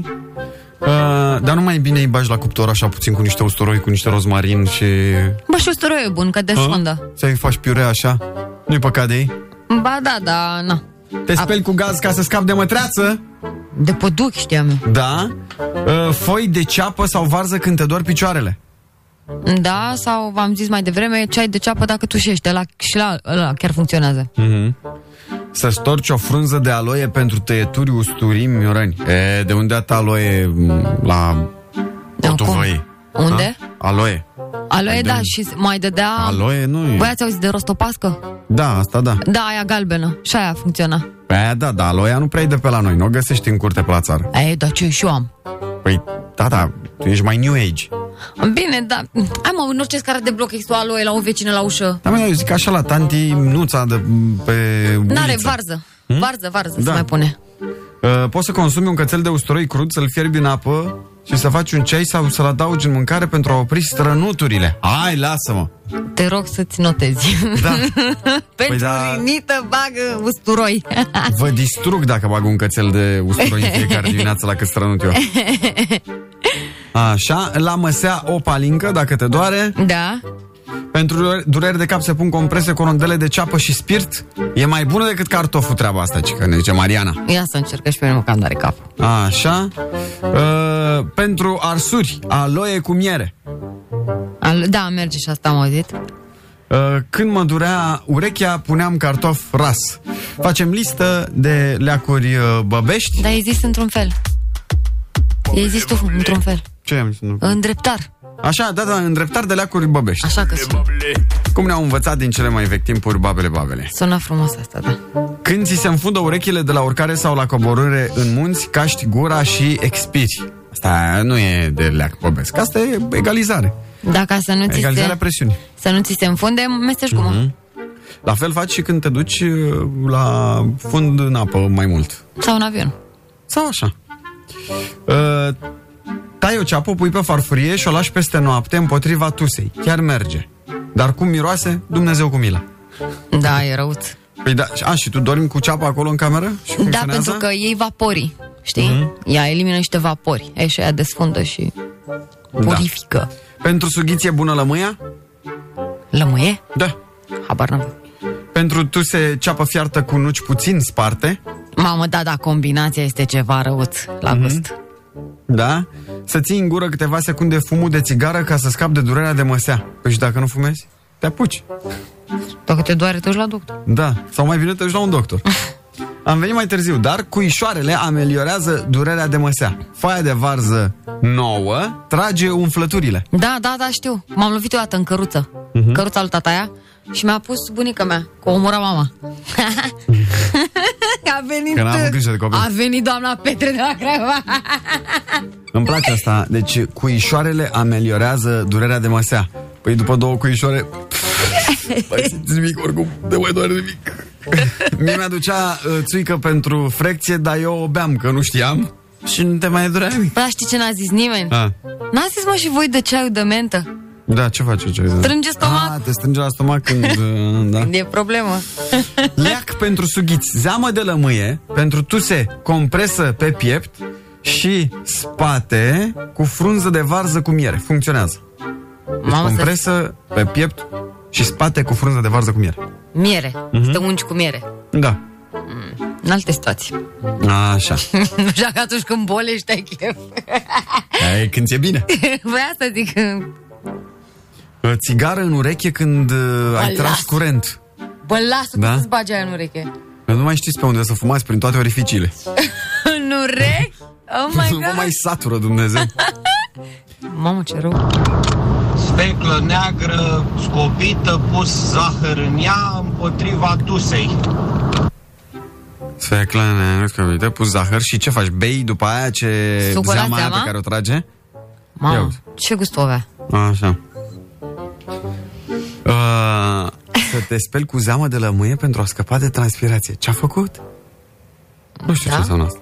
[SPEAKER 2] dar nu mai bine îi bagi la cuptor așa puțin cu niște usturoi, cu niște rozmarin și...
[SPEAKER 3] Bă, și usturoiul e bun, că desfondă.
[SPEAKER 2] Să îi faci piurea așa? Nu-i păcat de ei?
[SPEAKER 3] Ba da, da, na.
[SPEAKER 2] Te speli cu gaz ca să scapi de mătreață?
[SPEAKER 3] De păduc știam eu.
[SPEAKER 2] Da. Uh, foi de ceapă sau varză când te dor picioarele?
[SPEAKER 3] Da, sau v-am zis mai devreme, ceai de ceapă dacă tușești, la, și la ăla chiar funcționează.
[SPEAKER 2] Hmm. Să storci o frunză de aloe pentru tăieturi, usturii, miorăni. E, de unde at aloe m, la potuvăi?
[SPEAKER 3] Unde?
[SPEAKER 2] Ha? Aloe.
[SPEAKER 3] Aloe, da,
[SPEAKER 2] de-
[SPEAKER 3] și mai dădea...
[SPEAKER 2] Aloe nu e.
[SPEAKER 3] Voi ați auzit de rostopască?
[SPEAKER 2] Da, asta da.
[SPEAKER 3] Da, aia galbenă. Și aia funcționa.
[SPEAKER 2] Pe da, da, aloea nu prea e de pe la noi. Nu o găsești în curte pe la țară.
[SPEAKER 3] Ei, dar ce și eu am?
[SPEAKER 2] Păi, da, da, tu ești mai new age.
[SPEAKER 3] Bine, da. Ai mă, în orice scară de bloc există o aloe la o vecină la ușă.
[SPEAKER 2] Dar Da, mă, eu zic așa la tanti nuța de pe
[SPEAKER 3] N-are
[SPEAKER 2] uliță.
[SPEAKER 3] varză. Hmm? Varză, varză
[SPEAKER 2] Da.
[SPEAKER 3] se mai pune.
[SPEAKER 2] Uh, poți să consumi un cățel de usturoi crud, să-l fierbi în apă și să faci un ceai sau să-l adaugi în mâncare pentru a opri strănuturile. Hai, lasă-mă!
[SPEAKER 3] Te rog să-ți notezi.
[SPEAKER 2] Da,
[SPEAKER 3] Pentru
[SPEAKER 2] da.
[SPEAKER 3] da. rinită bagă usturoi.
[SPEAKER 2] vă distrug dacă bag un cățel de usturoi în fiecare dimineață la cât strănut eu. Așa, la măsea o palincă, dacă te doare.
[SPEAKER 3] da?
[SPEAKER 2] Pentru dureri- dureri de cap se pun comprese cu rondele de ceapă și spirit. E mai bună decât cartoful treaba asta, ci că ne zice Mariana.
[SPEAKER 3] Ia să încercă și pe mine, mă, cam are cap.
[SPEAKER 2] Așa. Uh, pentru arsuri, aloe cu miere.
[SPEAKER 3] Al- Da, merge și asta am auzit.
[SPEAKER 2] Uh, Când mă durea urechea, puneam cartof ras. Facem listă de leacuri uh, băbești.
[SPEAKER 3] Dar ai zis într-un fel. Ai zis tu într-un fel.
[SPEAKER 2] Ce am zis? nu?
[SPEAKER 3] Îndreptar.
[SPEAKER 2] Așa, da, da, îndreptar de leacuri băbești.
[SPEAKER 3] Așa că sună.
[SPEAKER 2] Cum ne-au învățat din cele mai vechi timpuri babele babele.
[SPEAKER 3] Sună frumos asta, da.
[SPEAKER 2] Când ți se înfundă urechile de la urcare sau la coborâre în munți, caști gura și expiri. Asta nu e de leac băbesc, asta e egalizare.
[SPEAKER 3] Dacă să nu ți
[SPEAKER 2] Egalizarea
[SPEAKER 3] se,
[SPEAKER 2] presiunii.
[SPEAKER 3] să nu ți se înfunde, mesteci guma.
[SPEAKER 2] La fel faci și când te duci uh, la fund în apă mai mult.
[SPEAKER 3] Sau în avion.
[SPEAKER 2] Sau așa. Uh, tai o ceapă, o pui pe farfurie și o lași peste noapte împotriva tusei. Chiar merge. Dar cum miroase? Dumnezeu cu mila.
[SPEAKER 3] Da, e răuț.
[SPEAKER 2] Păi da, a, și tu dormi cu ceapa acolo în cameră? Și
[SPEAKER 3] Da,
[SPEAKER 2] funcționează?
[SPEAKER 3] pentru că ei vaporii, știi? Ea elimină niște vapori. E și aia desfundă și purifică.
[SPEAKER 2] Da. Pentru sughiție bună lămâia?
[SPEAKER 3] Lămâie?
[SPEAKER 2] Da.
[SPEAKER 3] Habar n-am.
[SPEAKER 2] Pentru tu se ceapă fiartă cu nuci puțin sparte?
[SPEAKER 3] Mamă, da, da, combinația este ceva răuț la gust.
[SPEAKER 2] Da? Să ții în gură câteva secunde fumul de țigară ca să scapi de durerea de măsea. Păi și dacă nu fumezi, te apuci.
[SPEAKER 3] Dacă te doare, te duci la doctor.
[SPEAKER 2] Da, sau mai bine te duci la un doctor. Am venit mai târziu, dar cuișoarele ameliorează durerea de măsea. Foaia de varză nouă trage umflăturile.
[SPEAKER 3] Da, da, da, știu. M-am lovit o dată în căruță.
[SPEAKER 2] Mhm.
[SPEAKER 3] Uh-huh. Căruța lui tataia și mi-a pus bunica mea, că omora mama. a venit...
[SPEAKER 2] Că n-am avut grijă de copil.
[SPEAKER 3] A venit doamna Petre de la Craiova.
[SPEAKER 2] Îmi place asta. Deci cuișoarele ameliorează durerea de măsea. Păi după două cuișoare... Mai simți nimic oricum, de mai doare nimic. Mie mi-aducea uh, țuică pentru frecție, dar eu o beam, că nu știam. Și nu te mai durea nimic.
[SPEAKER 3] Bă, dar știi ce n-a zis nimeni?
[SPEAKER 2] A,
[SPEAKER 3] N-a zis, mă, și voi de ceaiul de mentă?
[SPEAKER 2] da, ce faci? Ce
[SPEAKER 3] Strânge stomac.
[SPEAKER 2] Ah, te strânge la stomac când... uh, da.
[SPEAKER 3] E problemă.
[SPEAKER 2] Leac pentru sughiți, zeamă de lămâie, pentru tuse, compresă pe piept și spate cu frunză de varză cu miere. Funcționează. Deci
[SPEAKER 3] Mamă, să-
[SPEAKER 2] compresă pe piept și spate cu frunză de varză cu miere.
[SPEAKER 3] Miere.
[SPEAKER 2] Mhm.
[SPEAKER 3] Uh-huh. Te ungi cu miere.
[SPEAKER 2] Da.
[SPEAKER 3] În alte situații.
[SPEAKER 2] Așa.
[SPEAKER 3] nu știu că atunci când bolești, ai chef.
[SPEAKER 2] Aia e când ți-e bine. Uh,
[SPEAKER 3] Vreau să zic...
[SPEAKER 2] Țigară în ureche când uh, ai
[SPEAKER 3] Alas.
[SPEAKER 2] tras curent.
[SPEAKER 3] Bă, lasă
[SPEAKER 2] Da?
[SPEAKER 3] da? să-ți bagi aia în ureche.
[SPEAKER 2] Că Nu mai știți pe unde să fumați prin toate orificiile.
[SPEAKER 3] în urechi? Oh my
[SPEAKER 2] nu vă
[SPEAKER 3] god!
[SPEAKER 2] mai satură Dumnezeu.
[SPEAKER 3] Mamă, ce rău!
[SPEAKER 7] Speclă neagră scopită, pus zahăr în ea împotriva tusei.
[SPEAKER 2] Sfeclane, nu știu cum e, pus zahăr și ce faci? Bei după aia ce
[SPEAKER 3] Sucul la
[SPEAKER 2] zeama aia pe
[SPEAKER 3] zeama?
[SPEAKER 2] care o trage? Ia
[SPEAKER 3] Mamă,
[SPEAKER 2] uite.
[SPEAKER 3] ce gust avea.
[SPEAKER 2] Așa. Uh, să te speli cu zeamă de lămâie pentru a scăpa de transpirație. Ce-a făcut? Nu știu
[SPEAKER 3] Da?
[SPEAKER 2] ce înseamnă asta.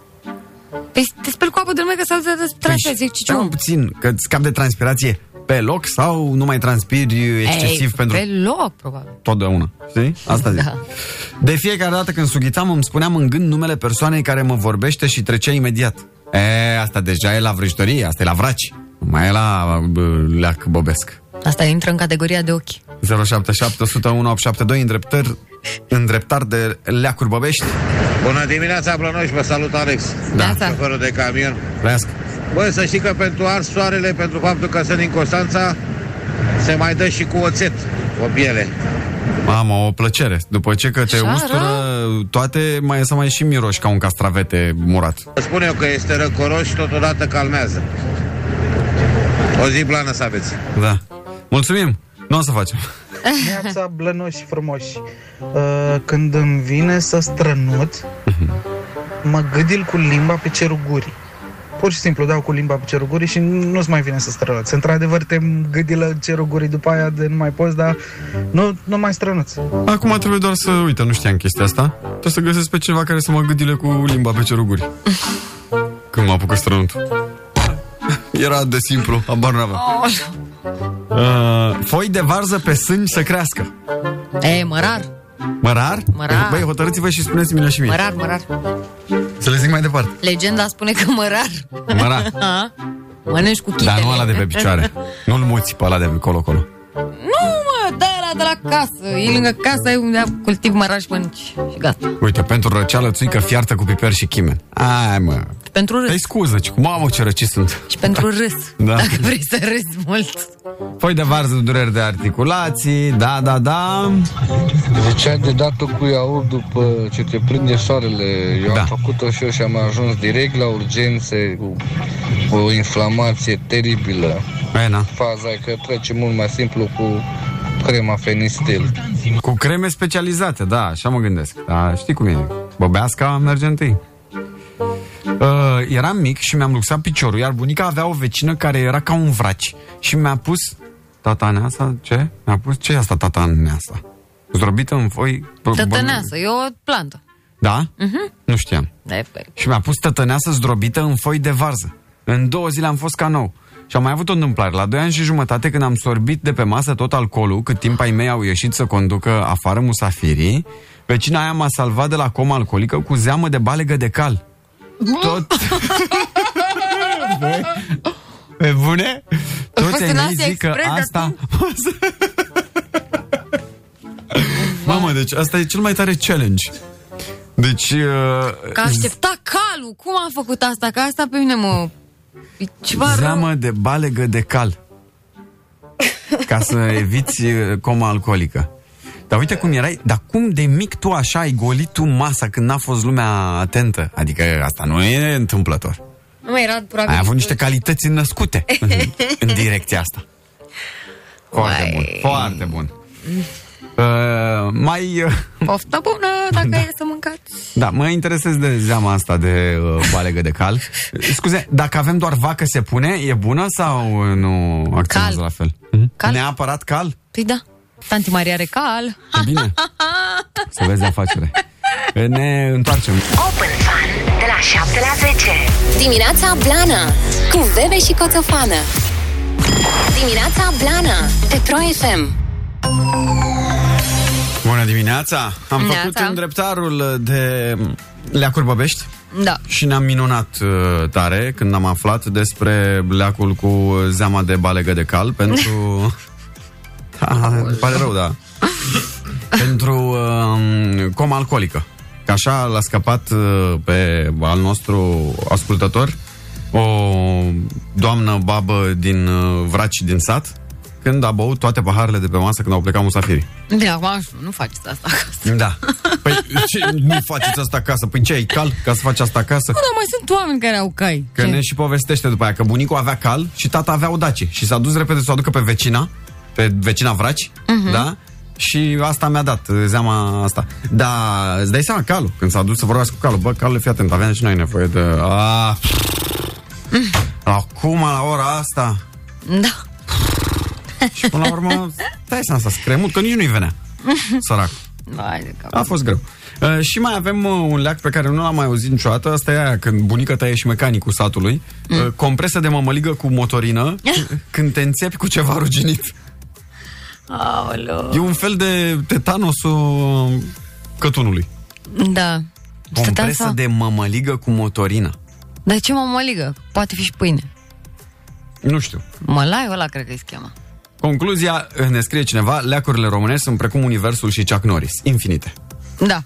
[SPEAKER 3] Păi te speli cu apă de lume că s-a dus trase, zic
[SPEAKER 2] stai un
[SPEAKER 3] ciciu.
[SPEAKER 2] Păi puțin, că îți scapi de transpirație pe loc sau nu mai transpiri excesiv pentru
[SPEAKER 3] Pe loc, probabil.
[SPEAKER 2] totdeauna. Știi? Asta zic.
[SPEAKER 3] Da.
[SPEAKER 2] De fiecare dată când sughițam, îmi spuneam în gând numele persoanei care mă vorbește și trecea imediat. E, asta deja e la vrăjitorie, asta e la vraci. Nu Mai e la bă, leac bobesc.
[SPEAKER 3] Asta intră în categoria de ochi.
[SPEAKER 2] 077 îndreptări, îndreptar de leacuri băbești.
[SPEAKER 8] Bună dimineața, Blănoș, vă salut, Alex,
[SPEAKER 3] Da. Da.
[SPEAKER 8] șoferul de camion.
[SPEAKER 2] Trăiască.
[SPEAKER 8] Băi, să știi că pentru ars soarele, pentru faptul că sunt din Constanța, se mai dă și cu oțet, o piele.
[SPEAKER 2] Mamă, o plăcere. După ce că te
[SPEAKER 3] Așa,
[SPEAKER 2] ustură toate, mai să mai și miroși ca un castravete murat.
[SPEAKER 8] Vă spun eu că este răcoros și totodată calmează. O zi blană să aveți.
[SPEAKER 2] Da. Mulțumim! Nu o să facem.
[SPEAKER 9] Neața blănoși frumoși. Uh, Când îmi vine să strănut,
[SPEAKER 10] Mhm.
[SPEAKER 9] mă gâdil cu limba pe cerul gurii. Pur și simplu dau cu limba pe cerul gurii și nu-ți mai vine să strănuți. Într-adevăr te gâdilă în cerul gurii după aia de nu mai poți, dar nu, nu mai strănuți.
[SPEAKER 2] Acum trebuie doar să... Uite, nu știam chestia asta. Trebuie să găsesc pe cineva care să mă gâdile cu limba pe ceruguri. Când mă apucă strănutul. Era de simplu, abar n-aveam.
[SPEAKER 3] Oh,
[SPEAKER 2] Uh, foi de varză pe sângi să crească.
[SPEAKER 3] e, mărar,
[SPEAKER 2] Mărar?
[SPEAKER 3] Mărar.
[SPEAKER 2] Băi, hotărâți-vă și spuneți-mi și mie.
[SPEAKER 3] mărar, mărar.
[SPEAKER 2] Să le zic mai departe.
[SPEAKER 3] Legenda spune că mărar.
[SPEAKER 2] Mărar.
[SPEAKER 3] A? Mănânci cu chitele.
[SPEAKER 2] Dar Da, nu ăla de pe picioare. Nu-l muți pe ăla de colo-colo.
[SPEAKER 3] Nu, mă, dă ăla de la casă. E lângă casă, ai unde cultiv mărar și mănânci. Și gata.
[SPEAKER 2] Uite, pentru răceală țuică fiartă cu piper și chimen. Ai, mă.
[SPEAKER 3] Pentru râs.
[SPEAKER 2] Ai scuză, ci cu mamă ce răci sunt.
[SPEAKER 3] Și pentru râs.
[SPEAKER 2] Păi, Da.
[SPEAKER 3] Dacă vrei să râzi mult.
[SPEAKER 2] Foi de varză, dureri de articulații, da, da, da.
[SPEAKER 11] Zicea de dată cu iaurt după ce te prinde soarele. Eu
[SPEAKER 2] Da.
[SPEAKER 11] am făcut-o și eu și am ajuns direct la urgențe cu o inflamație teribilă.
[SPEAKER 2] E, na.
[SPEAKER 11] Faza e că trece mult mai simplu cu crema fenistil.
[SPEAKER 2] Cu creme specializate, da, așa mă gândesc. Da, știi cum e. Băbeasca merge întâi. Uh, eram mic și mi-am luxat piciorul, iar bunica avea o vecină care era ca un vraci și mi-a pus tataneasa, ce? Mi-a pus, ce e asta tataneasa? Zdrobită în foi?
[SPEAKER 3] Tătăneasă, e o plantă.
[SPEAKER 2] Da? Uh-huh. Nu știam.
[SPEAKER 3] Da, e pe-
[SPEAKER 2] Și mi-a pus tătăneasă zdrobită în foi de varză. În două zile am fost ca nou. Și am mai avut o întâmplare. La 2 ani și jumătate, când am sorbit de pe masă tot alcoolul, cât timp ai mei au ieșit să conducă afară musafirii, vecina aia m-a salvat de la coma alcoolică cu zeamă de balegă de cal. Tot... Băi, Pe bune?
[SPEAKER 3] A fost
[SPEAKER 2] Toți ai
[SPEAKER 3] în
[SPEAKER 2] mei
[SPEAKER 3] Asia
[SPEAKER 2] zic că
[SPEAKER 3] Express de
[SPEAKER 2] asta... Mamă, deci asta e cel mai tare challenge. Deci... Uh,
[SPEAKER 3] Că aștepta calul. Cum am făcut asta? Că asta pe mine mă... E ceva rău.
[SPEAKER 2] Zeamă de balegă de cal Ca să eviți uh, coma alcoolică Dar uite cum erai Dar cum de mic tu așa ai golit tu masa Când n-a fost lumea atentă Adică asta nu e întâmplător
[SPEAKER 3] Nu mai era probabil...
[SPEAKER 2] Ai avut niște calități născute în, în direcția asta Foarte
[SPEAKER 3] Uai.
[SPEAKER 2] bun, foarte bun Uh, mai, uh,
[SPEAKER 3] Poftă bună, dacă da. e să mâncați.
[SPEAKER 2] da, mă interesez de zeama asta de uh, balegă de cal. Scuze, dacă avem doar vacă se pune, e bună sau uh, nu acționează
[SPEAKER 3] Cal.
[SPEAKER 2] la fel?
[SPEAKER 3] Cal?
[SPEAKER 2] Neapărat cal?
[SPEAKER 3] Păi da. Tanti Maria are cal.
[SPEAKER 2] E Bine. Să vezi de afacere. Ne întoarcem.
[SPEAKER 4] Open Fun de la 7 la 10.
[SPEAKER 1] Dimineața Blana Cu Bebe și Coțofană Dimineața Blana Pe Pro FM
[SPEAKER 2] Bună dimineața! Am
[SPEAKER 3] Neața.
[SPEAKER 2] făcut în dreptarul de Leacuri Băbești
[SPEAKER 3] Da.
[SPEAKER 2] și ne-am minunat uh, tare când am aflat despre leacul cu zeama de balegă de cal pentru... da, îmi pare rău, da. pentru um, coma alcoolică. Că așa l-a scăpat uh, pe al nostru ascultător o doamnă babă din uh, Vraci din sat când a băut toate paharele de pe masă când au plecat musafirii.
[SPEAKER 3] Bine, acum nu faceți asta acasă.
[SPEAKER 2] Da. Păi ce, nu faceți asta acasă? Păi ce ai cal ca să faci asta acasă?
[SPEAKER 3] Nu, dar Da, mai sunt oameni care au cai.
[SPEAKER 2] Că
[SPEAKER 3] Ce?
[SPEAKER 2] ne și povestește după aia că bunicul avea cal și tata avea o dacie și s-a dus repede să o aducă pe vecina, pe vecina Vraci, uh-huh. da? Și asta mi-a dat uh, zeama asta. Dar îți dai seama calul, când s-a dus să vorbească cu calul, bă, calul, fii atent, aveam și noi nevoie de... A... Acum, la ora asta...
[SPEAKER 3] Da.
[SPEAKER 2] Și până la urmă, stai seama, s-a scremut, că nici nu-i venea. Sărac.
[SPEAKER 3] Vai de cap.
[SPEAKER 2] A fost greu. Uh, și mai avem uh, un leac pe care nu l-am mai auzit niciodată. Asta e aia când bunica ta e și mecanicul satului. Mm. Uh, compresă de mămăligă cu motorină c- când te înțepi cu ceva ruginit.
[SPEAKER 3] Aoleu.
[SPEAKER 2] E un fel de tetanosul cătunului.
[SPEAKER 3] Da. Stăteam
[SPEAKER 2] Compresă
[SPEAKER 3] să... De...
[SPEAKER 2] de mămăligă cu motorină.
[SPEAKER 3] Dar ce mămăligă? Poate fi și pâine.
[SPEAKER 2] Nu știu.
[SPEAKER 3] Mălaiul ăla cred că îi cheamă.
[SPEAKER 2] Concluzia, uh, ne scrie cineva, leacurile românești sunt precum Universul și Chuck Norris. Infinite.
[SPEAKER 3] Da.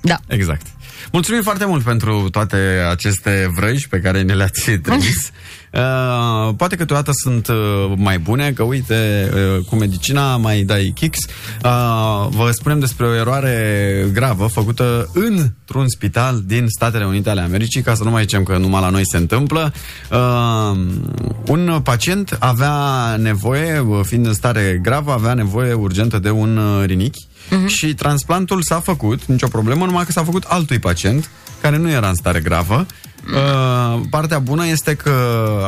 [SPEAKER 3] Da.
[SPEAKER 2] Exact. Mulțumim foarte mult pentru toate aceste vrăji pe care ne le-ați trimis. Uh, poate câteodată sunt uh, mai bune, că uite, uh, cu medicina mai dai kicks. Uh, vă spunem despre o eroare gravă făcută într-un spital din Statele Unite ale Americii, ca să nu mai zicem că numai la noi se întâmplă. Uh, un pacient avea nevoie, fiind în stare gravă, avea nevoie urgentă de un uh, rinichi uh-huh. și transplantul s-a făcut, nicio problemă, numai că s-a făcut altui pacient care nu era în stare gravă. Uh, partea bună este că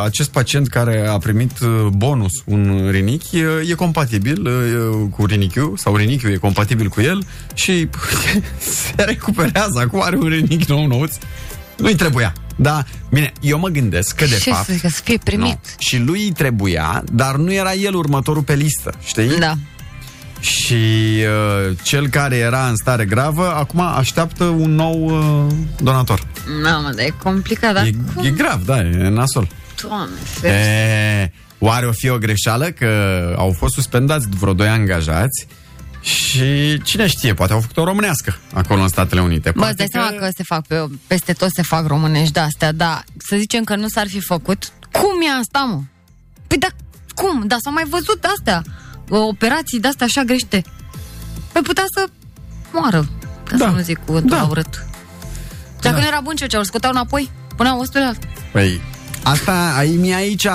[SPEAKER 2] acest pacient care a primit uh, bonus un rinichi uh, e compatibil uh, cu rinichiul sau rinichiul e compatibil cu el și se recuperează. Acum are un rinichi nou nouț. Nu-i trebuia. Da, bine, eu mă gândesc că de
[SPEAKER 3] ce
[SPEAKER 2] fapt
[SPEAKER 3] să, zic, să fie primit?
[SPEAKER 2] Nu. Și lui îi trebuia, dar nu era el următorul pe listă, știi?
[SPEAKER 3] Da.
[SPEAKER 2] Și uh, cel care era în stare gravă, acum așteaptă un nou uh, donator.
[SPEAKER 3] Mamă, dar e complicat, dar
[SPEAKER 2] e, Eh,
[SPEAKER 3] cum?
[SPEAKER 2] e grav, da, e nasol.
[SPEAKER 3] Doamne, ferește.
[SPEAKER 2] E, oare o fi o greșeală că au fost suspendați vreo doi angajați și cine știe, poate au făcut o românească acolo în Statele Unite.
[SPEAKER 3] Bă, îți
[SPEAKER 2] Poate
[SPEAKER 3] dai seama că se fac pe, peste tot se fac românești de astea, da. Să zicem că nu s-ar fi făcut. Cum e asta, mă? Păi da, cum? Dar s-au mai văzut astea. Operații de astea așa grește. Păi putea să moară. Ca da.
[SPEAKER 2] Da.
[SPEAKER 3] să nu zic cuvântul
[SPEAKER 2] Da.
[SPEAKER 3] da. urât. Dacă
[SPEAKER 2] Da.
[SPEAKER 3] da. nu era bun ce, ce îl scoteau înapoi, puneau ostul la alt.
[SPEAKER 2] Păi, asta ai mie aici uh,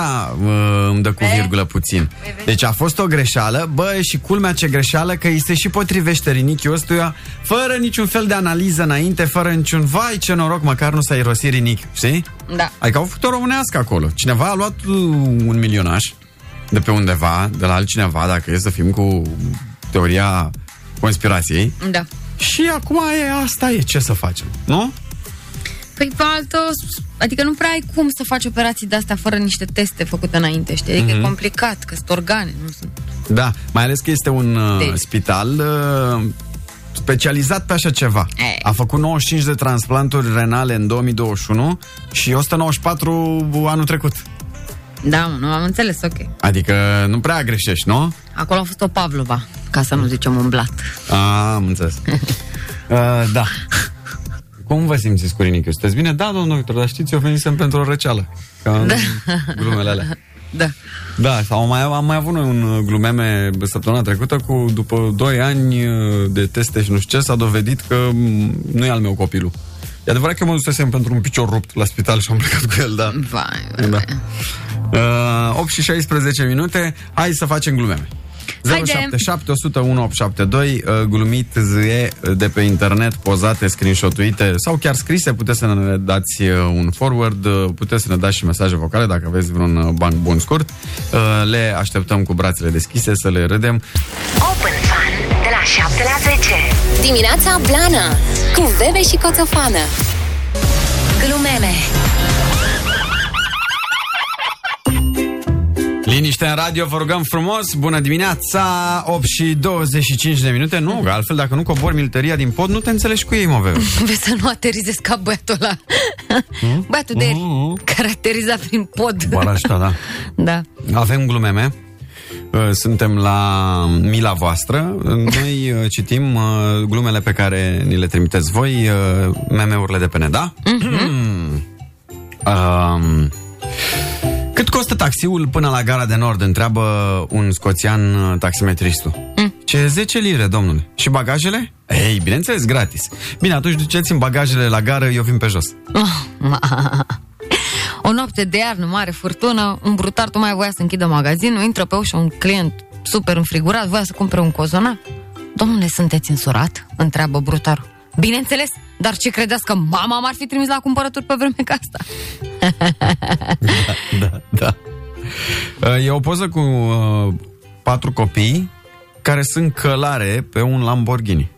[SPEAKER 2] îmi dă cu virgulă puțin. Deci a fost o greșeală, bă, și culmea ce greșeală că îi se și potrivește rinichiul ăstuia fără niciun fel de analiză înainte, fără niciun vai ce noroc, măcar nu s-a irosit rinichi, știi?
[SPEAKER 3] Da.
[SPEAKER 2] Adică au făcut o românească acolo. Cineva a luat uh, un milionaș de pe undeva, de la altcineva, dacă e să fim cu teoria conspirației.
[SPEAKER 3] Da.
[SPEAKER 2] Și acum e, asta e, ce să facem, nu?
[SPEAKER 3] Păi pe altă, adică nu prea ai cum să faci operații de-astea fără niște teste făcute înainte, știi? Adică
[SPEAKER 2] Mhm.
[SPEAKER 3] e complicat, că sunt organe, nu sunt.
[SPEAKER 2] Da, mai ales că este un uh,
[SPEAKER 3] Deci.
[SPEAKER 2] spital uh, specializat pe așa ceva. A făcut 95 de transplanturi renale în 2021 și 194 anul trecut.
[SPEAKER 3] Da, mă, nu am înțeles, ok.
[SPEAKER 2] Adică nu prea greșești, nu?
[SPEAKER 3] Acolo a fost o Pavlova, ca să nu zicem umblat.
[SPEAKER 2] A, am înțeles. uh, da. Cum vă simțiți cu rinicul? Sunteți bine? Da, domnul doctor, dar știți, eu venisem pentru o răceală. Ca în glumele alea.
[SPEAKER 3] Da.
[SPEAKER 2] Da, sau mai, am mai avut noi un uh, glumeme săptămâna trecută cu după 2 ani uh, de teste și nu știu ce, s-a dovedit că mm, nu e al meu copilul. E adevărat că mă dusesem pentru un picior rupt la spital și am plecat cu el, da.
[SPEAKER 3] Vai,
[SPEAKER 2] da. Uh, 8 și 16 minute, hai să facem glumeme.
[SPEAKER 3] Haide!
[SPEAKER 2] 077 100 1872, uh, glumit zie uh, de pe internet, pozate, screenshot-uite sau chiar scrise, puteți să ne dați uh, un forward, uh, puteți să ne dați și mesaje vocale dacă aveți vreun uh, banc bun scurt. Uh, Le așteptăm cu brațele deschise să le râdem.
[SPEAKER 4] Open Fun de la 7 la 10.
[SPEAKER 1] Dimineața Blana Cu Bebe și Coțofană Glumeme
[SPEAKER 2] Liniște în radio, vă rugăm frumos, bună dimineața, 8 și 25 de minute. Nu, că altfel dacă nu cobori militaria din pod, nu te înțelegi cu ei, mă, Veve.
[SPEAKER 3] Vezi să nu aterizez ca băiatul ăla. Băiatul de care ateriza prin pod.
[SPEAKER 2] Balașta, da.
[SPEAKER 3] Da.
[SPEAKER 2] Avem glumeme. Uh, Suntem la mila voastră. Noi uh, citim uh, glumele pe care ni le trimiteți voi, uh, meme-urile de pe net, da? Mm. Um, Cât costă taxiul până la gara de nord? Întreabă un scoțian uh, taximetristul. Ce 10 lire, domnule. Și bagajele? Ei, bineînțeles, gratis. Bine, atunci duceți-mi bagajele la gară, eu vin pe jos.
[SPEAKER 3] O noapte de iarnă, mare furtună, un brutar tu mai voia să închidă magazinul, intră pe ușă un client super înfrigurat, voia să cumpere un cozonac. Domnule, sunteți însurat? Întreabă brutarul. Bineînțeles, dar ce credeți că mama m-ar fi trimis la cumpărături pe vremea ca asta?
[SPEAKER 2] da, da. Uh, E o poză cu uh, patru copii care sunt călare pe un Lamborghini.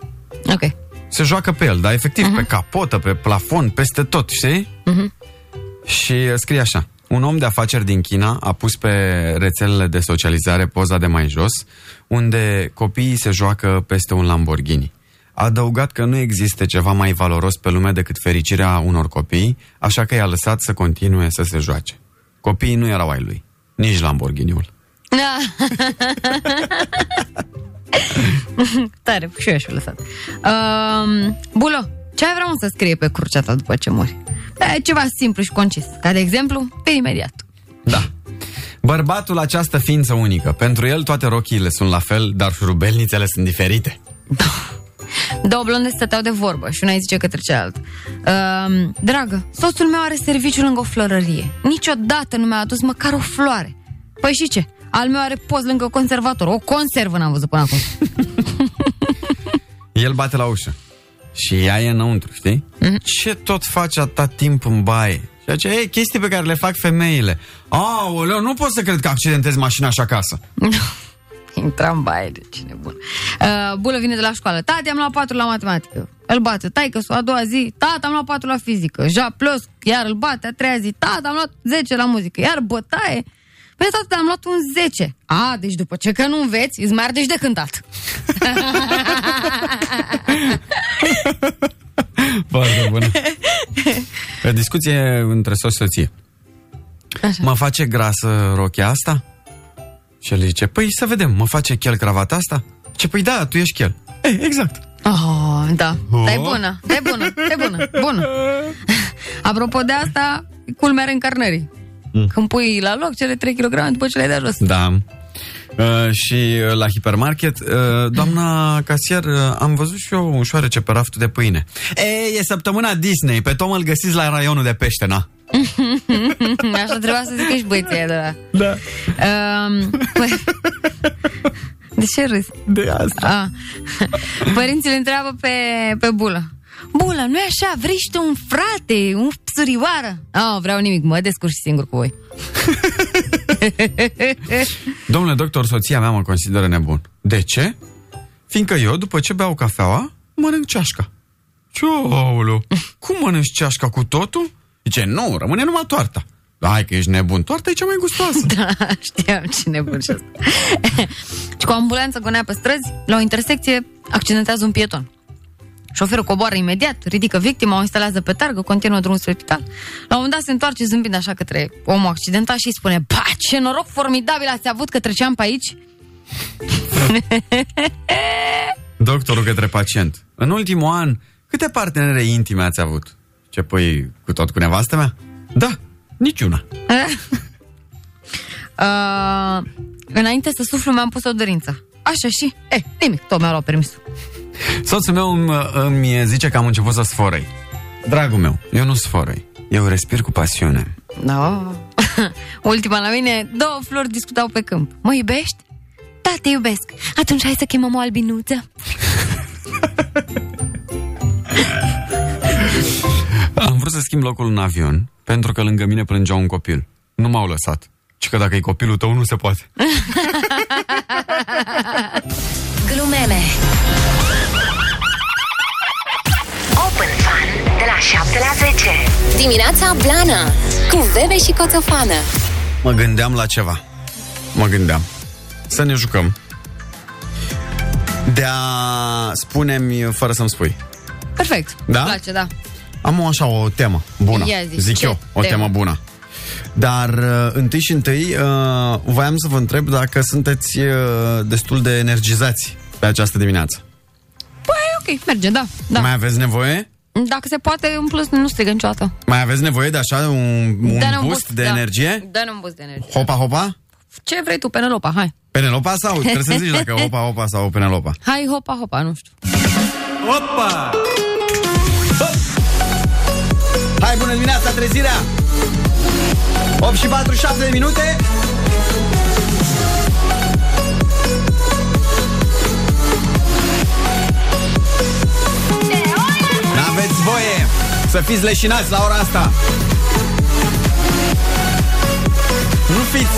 [SPEAKER 3] Ok.
[SPEAKER 2] Se joacă pe el, dar efectiv pe capotă, pe plafon, peste tot, știi? Și uh, scrie așa. Un om de afaceri din China a pus pe rețelele de socializare poza de mai jos, unde copiii se joacă peste un Lamborghini. A adăugat că nu există ceva mai valoros pe lume decât fericirea unor copii, așa că i-a lăsat să continue să se joace. Copiii nu erau ai lui, nici Lamborghiniul.
[SPEAKER 3] Da. Tare, și eu aș fi lăsat. Um, Bulo, ce ai vrea mă, să scrie pe crucea ta după ce mori? E ceva simplu și concis, ca de exemplu, pe imediat.
[SPEAKER 2] Da. Bărbatul această ființă unică. Pentru el toate rochiile sunt la fel, dar șurubelnițele sunt diferite.
[SPEAKER 3] Două blonde stăteau de vorbă și una îi zice către cealaltă. Um, dragă, soțul meu are serviciu lângă o florărie. Niciodată nu mi-a adus măcar o floare. Păi și ce? Al meu are post lângă conservator. O conservă n-am văzut până acum.
[SPEAKER 2] El bate la ușă. Și ea e înăuntru, știi? Ce tot faci atâta timp în baie? Ceea ce e chestii pe care le fac femeile. Aoleu, nu pot să cred că accidentezi mașina și acasă.
[SPEAKER 3] Intra în baie, deci nebun. Uh, Bulă vine de la școală. Tati, am luat patru la matematică. Îl bate. Taică, a doua zi. Tata, am luat patru la fizică. Ja, plus, iar îl bate. A treia zi. Tata, am luat 10 la muzică. Iar bătaie. Păi tata, am luat un 10. A, deci după ce că nu înveți, îți mai ardești de cântat.
[SPEAKER 2] Foarte bună. Discuție între soț și soție.
[SPEAKER 3] Așa.
[SPEAKER 2] Mă face grasă rochia asta? Și el zice, păi să vedem, mă face chel cravata asta? Ce păi da, tu ești chel. Ei, exact.
[SPEAKER 3] Oh, da.
[SPEAKER 2] Oh.
[SPEAKER 3] Oh. Da, e bună. Da, e bună. Da, e bună. Bună. Apropo de asta, culmea reîncarnării. Mm. Când pui la loc cele 3 kg după ce le-ai dat jos.
[SPEAKER 2] Da. Uh, și uh, la hipermarket, uh, doamna casier, uh, am văzut și eu un șoarece pe raftul de pâine. E, e săptămâna Disney, pe Tom îl găsiți la raionul de pește, na?
[SPEAKER 3] Așa trebuia să zic că ești băieție de la...
[SPEAKER 2] Da.
[SPEAKER 3] Um, păi... De ce râzi?
[SPEAKER 2] De asta.
[SPEAKER 3] A. Părinții îl întreabă pe, pe Bulă. Bulă, nu e așa? Vrei și tu un frate, un surioară? Ah, vreau nimic, mă descurc și singur cu voi.
[SPEAKER 2] Domnule doctor, soția mea mă consideră nebun. De ce? Fiindcă eu, după ce beau cafeaua, mănânc ceașca. Ce, aoleu, cum mănânci ceașca cu totul? Zice, nu, rămâne numai toarta. Hai că ești nebun, toarta e cea mai gustoasă.
[SPEAKER 3] Da, știam cine bun și asta. și cu o ambulanță gonea pe străzi, la o intersecție accidentează un pieton. Șoferul coboară imediat, ridică victima, o instalează pe targă, continuă drumul spre spital. La un moment dat se întoarce zâmbind așa către omul accidentat și îi spune Ba, ce noroc formidabil ați avut că treceam pe aici!
[SPEAKER 2] Doctorul către pacient. În ultimul an, câte partenere intime ați avut? Ce, păi, cu tot cu nevastă mea? Da, niciuna.
[SPEAKER 3] Uh, înainte să suflu, mi-am pus o dorință. Așa și, eh, nimic, tot mi-a luat permisul.
[SPEAKER 2] Soțul meu îmi, îmi zice că am început să sforăi. Dragul meu, eu nu sforăi. Eu respir cu pasiune. Da.
[SPEAKER 3] No. Ultima la mine, două flori discutau pe câmp. Mă iubești? Da, te iubesc. Atunci hai să chemăm o albinuță.
[SPEAKER 2] Am vrut să schimb locul în avion pentru că lângă mine plângea un copil. Nu m-au lăsat. Și că dacă e copilul tău, nu se poate.
[SPEAKER 1] Glumeme
[SPEAKER 4] Open Fun de la 7 la 10.
[SPEAKER 1] Dimineața Blana Cu Bebe și Coțofană
[SPEAKER 2] Mă gândeam la ceva. Mă gândeam. Să ne jucăm. De a spune fără să-mi spui.
[SPEAKER 3] Perfect.
[SPEAKER 2] Da?
[SPEAKER 3] Îmi place, da.
[SPEAKER 2] Am o, așa o temă bună,
[SPEAKER 3] Ia zi,
[SPEAKER 2] zic
[SPEAKER 3] ce
[SPEAKER 2] eu, o temă
[SPEAKER 3] temă?
[SPEAKER 2] bună. Dar uh, întâi și întâi uh, voiam să vă întreb dacă sunteți uh, destul de energizați pe această dimineață.
[SPEAKER 3] Păi, ok, merge, da.
[SPEAKER 2] Da.
[SPEAKER 3] da.
[SPEAKER 2] Mai aveți nevoie?
[SPEAKER 3] Dacă se poate, în plus, nu strigă niciodată.
[SPEAKER 2] Mai aveți nevoie de așa un, un
[SPEAKER 3] Dă-ne
[SPEAKER 2] boost, de
[SPEAKER 3] da.
[SPEAKER 2] energie?
[SPEAKER 3] Dă-ne un boost de energie.
[SPEAKER 2] Hopa, hopa?
[SPEAKER 3] Ce vrei tu, Penelopa, hai.
[SPEAKER 2] Penelopa sau? Trebuie să zici dacă hopa, hopa sau Penelopa.
[SPEAKER 3] Hai, hopa, hopa, nu știu.
[SPEAKER 2] Opa! Hai, bună dimineața, trezirea! 8 și 47 de minute N-aveți voie să fiți leșinați la ora asta Nu fiți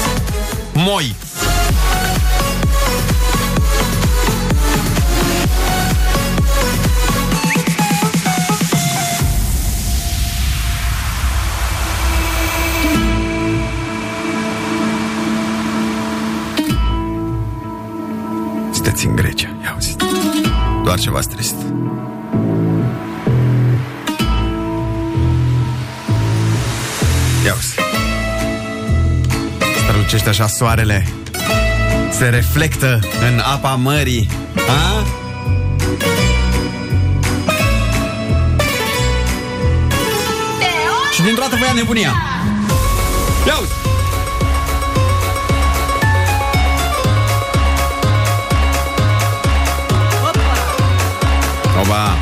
[SPEAKER 2] moi Sunteți în Grecia, ia auziți Doar ceva trist Ia uzi Strălucește așa soarele Se reflectă în apa mării A? Și dintr-o dată vă ia nebunia Ia uzi Oba!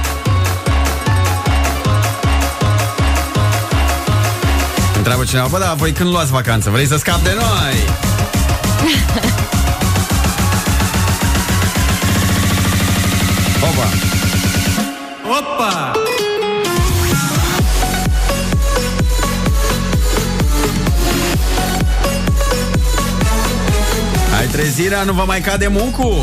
[SPEAKER 2] Întreabă cineva, bă, da, voi când luați vacanță? Vrei să scap de noi? Opa! Opa! Ai trezirea, nu vă mai cade mucu!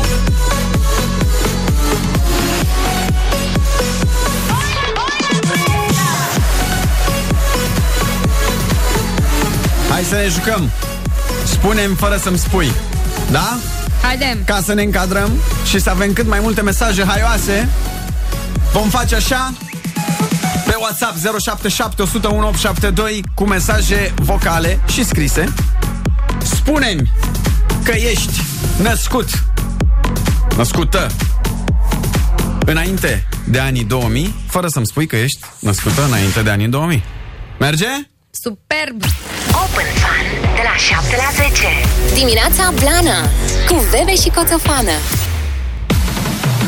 [SPEAKER 2] Hai să ne jucăm! Spune-mi fără să-mi spui, da?
[SPEAKER 3] Haidem.
[SPEAKER 2] Ca să ne încadrăm și să avem cât mai multe mesaje haioase, vom face așa pe WhatsApp 077 101 872 cu mesaje vocale și scrise. Spune-mi că ești născut, născută, înainte de anii 2000, fără să-mi spui că ești născută înainte de anii 2000. Merge?
[SPEAKER 3] Superb.
[SPEAKER 4] Open Fun de la 7 la 10.
[SPEAKER 1] Dimineața Blana Cu Bebe și Coțofană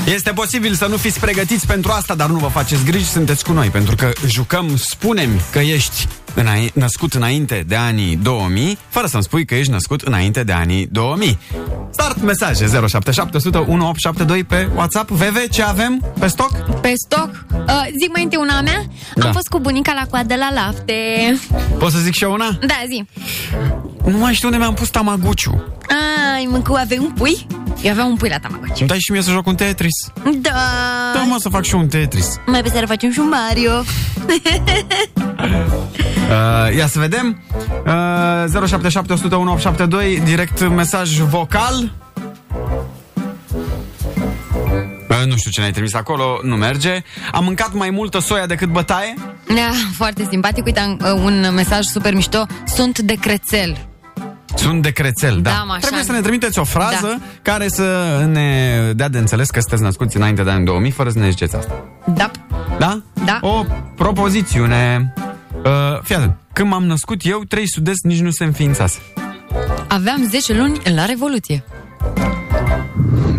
[SPEAKER 2] Este posibil să nu fiți pregătiți pentru asta, dar nu vă faceți griji, sunteți cu noi, pentru că jucăm Spunem că ești înai- născut înainte de anii 2000, fără să-mi spui că ești născut înainte de anii 2000. Start mesaje 07700 1872 pe WhatsApp. VV, ce avem pe stoc?
[SPEAKER 3] Pe stoc, uh, zic mai întâi una a mea.
[SPEAKER 2] Da.
[SPEAKER 3] Am fost cu bunica la coadă la lapte.
[SPEAKER 2] Poți să zic și eu una?
[SPEAKER 3] Da, zi.
[SPEAKER 2] Nu mai știu unde mi-am pus tamaguciu.
[SPEAKER 3] Ai, mâncu, avei un pui? Eu aveam un pui la Tamagotchi.
[SPEAKER 2] Îmi dai și mie să joc un Tetris?
[SPEAKER 3] Da.
[SPEAKER 2] Da, mă, să fac și eu un Tetris.
[SPEAKER 3] Mai pe seară facem și un Mario.
[SPEAKER 2] Uh, ia să vedem. Uh, 077 direct mesaj vocal. Uh, nu știu ce ne-ai trimis acolo, nu merge. Am mâncat mai multă soia decât bătaie.
[SPEAKER 3] Da, foarte simpatic. Uite, am, uh, un mesaj super mișto. Sunt de crețel.
[SPEAKER 2] Sunt de crețel, da.
[SPEAKER 3] Da, mă, așa. Da.
[SPEAKER 2] Trebuie să ne trimiteți o frază care să ne dea de înțeles că sunteți născuți înainte de anul 2000, fără să ne ziceți asta.
[SPEAKER 3] Da.
[SPEAKER 2] Da?
[SPEAKER 3] Da.
[SPEAKER 2] O propozițiune. Uh, fii atent. Când m-am născut eu, trei sudeți nici nu se înființase.
[SPEAKER 3] Aveam 10 luni la Revoluție.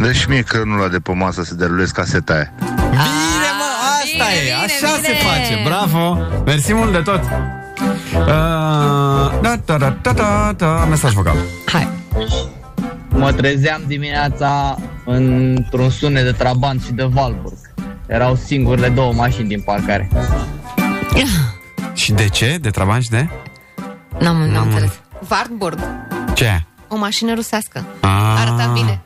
[SPEAKER 10] Deci mie cărnula de pe masă se derulez caseta aia.
[SPEAKER 2] Bine, mă, asta e, așa
[SPEAKER 3] Ah, bine.
[SPEAKER 2] se face, bravo, mersi mult de tot. Uh, da, da, da, da, da, da, mesaj vocal.
[SPEAKER 3] Hai.
[SPEAKER 12] Mă trezeam dimineața într-un sunet de Trabant și de Valburg. Erau singurele două mașini din parcare.
[SPEAKER 2] Și de ce? De trabanci de?
[SPEAKER 3] N-am, n-am,
[SPEAKER 2] N-am
[SPEAKER 3] înțeles. Wartburg.
[SPEAKER 2] Ce?
[SPEAKER 3] O mașină rusească.
[SPEAKER 2] Ah.
[SPEAKER 3] Arăta bine.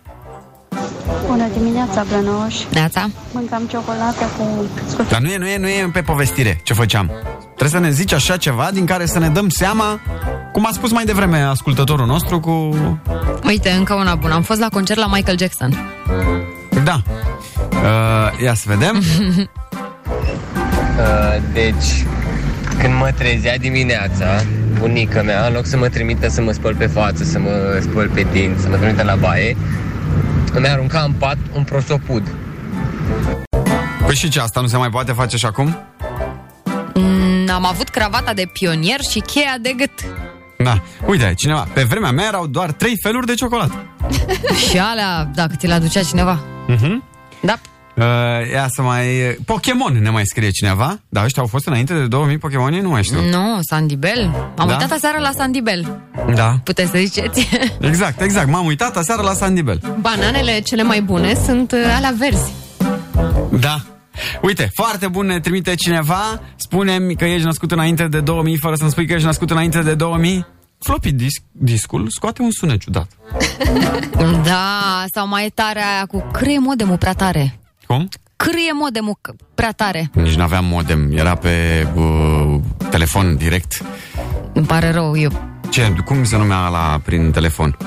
[SPEAKER 13] Bună dimineața, Blănoș.
[SPEAKER 3] Neața.
[SPEAKER 13] Mâncam ciocolată cu scufiță.
[SPEAKER 2] Dar nu e, nu e, nu e pe povestire ce făceam. Trebuie să ne zici așa ceva din care să ne dăm seama, cum a spus mai devreme ascultătorul nostru cu...
[SPEAKER 3] Uite, încă una bună. Am fost la concert la Michael Jackson.
[SPEAKER 2] Da. Uh, ia să vedem.
[SPEAKER 14] Uh, deci, când mă trezea dimineața, bunica mea, în loc să mă trimită să mă spăl pe față, să mă spăl pe dinți, să mă trimită la baie, îmi arunca în pat un prosopud.
[SPEAKER 2] Păi și ce, asta nu se mai poate face și acum?
[SPEAKER 3] Mm, am avut cravata de pionier și cheia de gât.
[SPEAKER 2] Da. Uite, cineva, pe vremea mea erau doar trei feluri de ciocolată.
[SPEAKER 3] și alea, dacă ți le aducea cineva.
[SPEAKER 2] Mhm.
[SPEAKER 3] Da.
[SPEAKER 2] Uh, ia să mai... Pokémon ne mai scrie cineva. Da, ăștia au fost înainte de 2000 Pokémon, nu mai știu.
[SPEAKER 3] Nu, Sandibel. Am
[SPEAKER 2] Da?
[SPEAKER 3] uitat aseară la Sandibel.
[SPEAKER 2] Da.
[SPEAKER 3] Puteți să ziceți.
[SPEAKER 2] Exact, exact. M-am uitat aseară la Sandibel.
[SPEAKER 15] Bananele cele mai bune sunt uh, alea verzi.
[SPEAKER 2] Da. Uite, foarte bun ne trimite cineva. Spunem că ești născut înainte de 2000, fără să-mi spui că ești născut înainte de 2000. Floppy disc, discul scoate un sunet ciudat.
[SPEAKER 3] Da, sau mai e tare aia cu crie modemul prea tare.
[SPEAKER 2] Cum?
[SPEAKER 3] Crie modemul c- prea tare.
[SPEAKER 2] Nici n-aveam modem, era pe uh, telefon direct.
[SPEAKER 3] Îmi pare rău, eu.
[SPEAKER 2] Ce, cum se numea la prin telefon?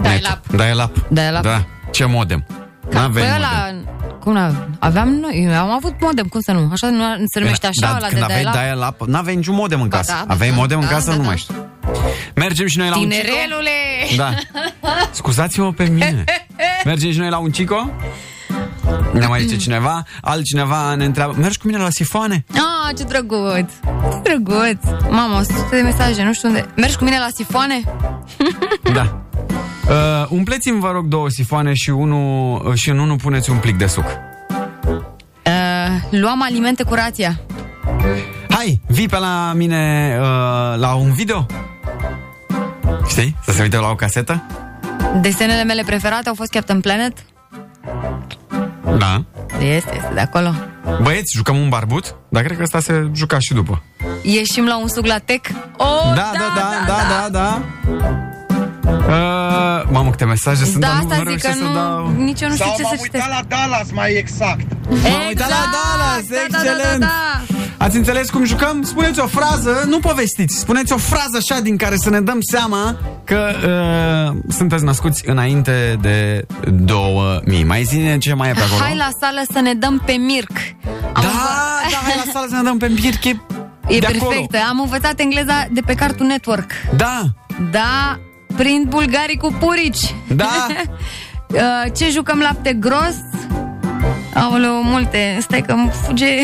[SPEAKER 3] Dial-up.
[SPEAKER 2] Dial-up.
[SPEAKER 3] Dial-up.
[SPEAKER 2] Da, ce modem? N-aveai modem.
[SPEAKER 3] Păi ăla, cum n- aveam noi, eu am avut modem, cum să nu? Așa nu se numește așa,
[SPEAKER 2] da,
[SPEAKER 3] ăla
[SPEAKER 2] când
[SPEAKER 3] de
[SPEAKER 2] aveai
[SPEAKER 3] dial-up?
[SPEAKER 2] dial-up, n-aveai niciun modem în
[SPEAKER 3] Ba
[SPEAKER 2] casă.
[SPEAKER 3] da, ba
[SPEAKER 2] aveai
[SPEAKER 3] da,
[SPEAKER 2] modem în
[SPEAKER 3] da,
[SPEAKER 2] casă,
[SPEAKER 3] da,
[SPEAKER 2] nu
[SPEAKER 3] da.
[SPEAKER 2] mai știu. Mergem și noi la un cico.
[SPEAKER 3] Tinerelule!
[SPEAKER 2] Da. Scuzați-mă pe mine. Mergem și noi la un cico? Ne mai zice cineva, altcineva ne întreabă, mergi cu mine la sifoane?
[SPEAKER 3] Ah, ce drăguț! Ce drăguț! Mamă, 100 de mesaje, nu știu unde. Mergi cu mine la sifoane?
[SPEAKER 2] Da. Uh, umpleți-mi, vă rog, două sifoane și, unul, uh, și în unul puneți un plic de suc.
[SPEAKER 3] Uh, luam alimente cu rația.
[SPEAKER 2] Hai, vii pe la mine uh, la un video? Știi? Să se uite la o casetă?
[SPEAKER 3] Desenele mele preferate au fost Captain Planet.
[SPEAKER 2] Da.
[SPEAKER 3] Este, este de acolo.
[SPEAKER 2] Băieți, jucăm un barbut? Dar cred că asta se juca și după.
[SPEAKER 3] Ieșim la un suc la tec. Oh,
[SPEAKER 2] da, da, da, da, da, da. Uh, mamă, câte mesaje sunt,
[SPEAKER 3] Da,
[SPEAKER 2] dar nu,
[SPEAKER 3] asta
[SPEAKER 2] nu
[SPEAKER 3] zic
[SPEAKER 2] reușesc
[SPEAKER 3] că
[SPEAKER 2] să
[SPEAKER 3] nu,
[SPEAKER 2] dau...
[SPEAKER 3] nici eu nu știu
[SPEAKER 8] Sau
[SPEAKER 3] ce
[SPEAKER 8] m-am
[SPEAKER 3] să
[SPEAKER 8] uitat la Dallas, mai exact.
[SPEAKER 3] M-am
[SPEAKER 2] uitat la Dallas, excelent!
[SPEAKER 3] Da, da, da.
[SPEAKER 2] Ați înțeles cum jucăm? Spuneți o frază, nu povestiți, spuneți o frază așa din care să ne dăm seama că uh, sunteți născuți înainte de 2000. Mai zine ce mai e pe acolo?
[SPEAKER 3] da. Hai la sală să ne dăm pe Mirc.
[SPEAKER 2] Da, da, hai la sală să ne dăm pe Mirc, e,
[SPEAKER 3] E
[SPEAKER 2] de
[SPEAKER 3] perfectă.
[SPEAKER 2] acolo.
[SPEAKER 3] Am învățat engleza de pe Cartoon Network.
[SPEAKER 2] Da,
[SPEAKER 3] Da, prind bulgarii cu purici.
[SPEAKER 2] Da.
[SPEAKER 3] Uh, Ce jucăm lapte gros? Aoleu, multe. Stai că îmi fuge.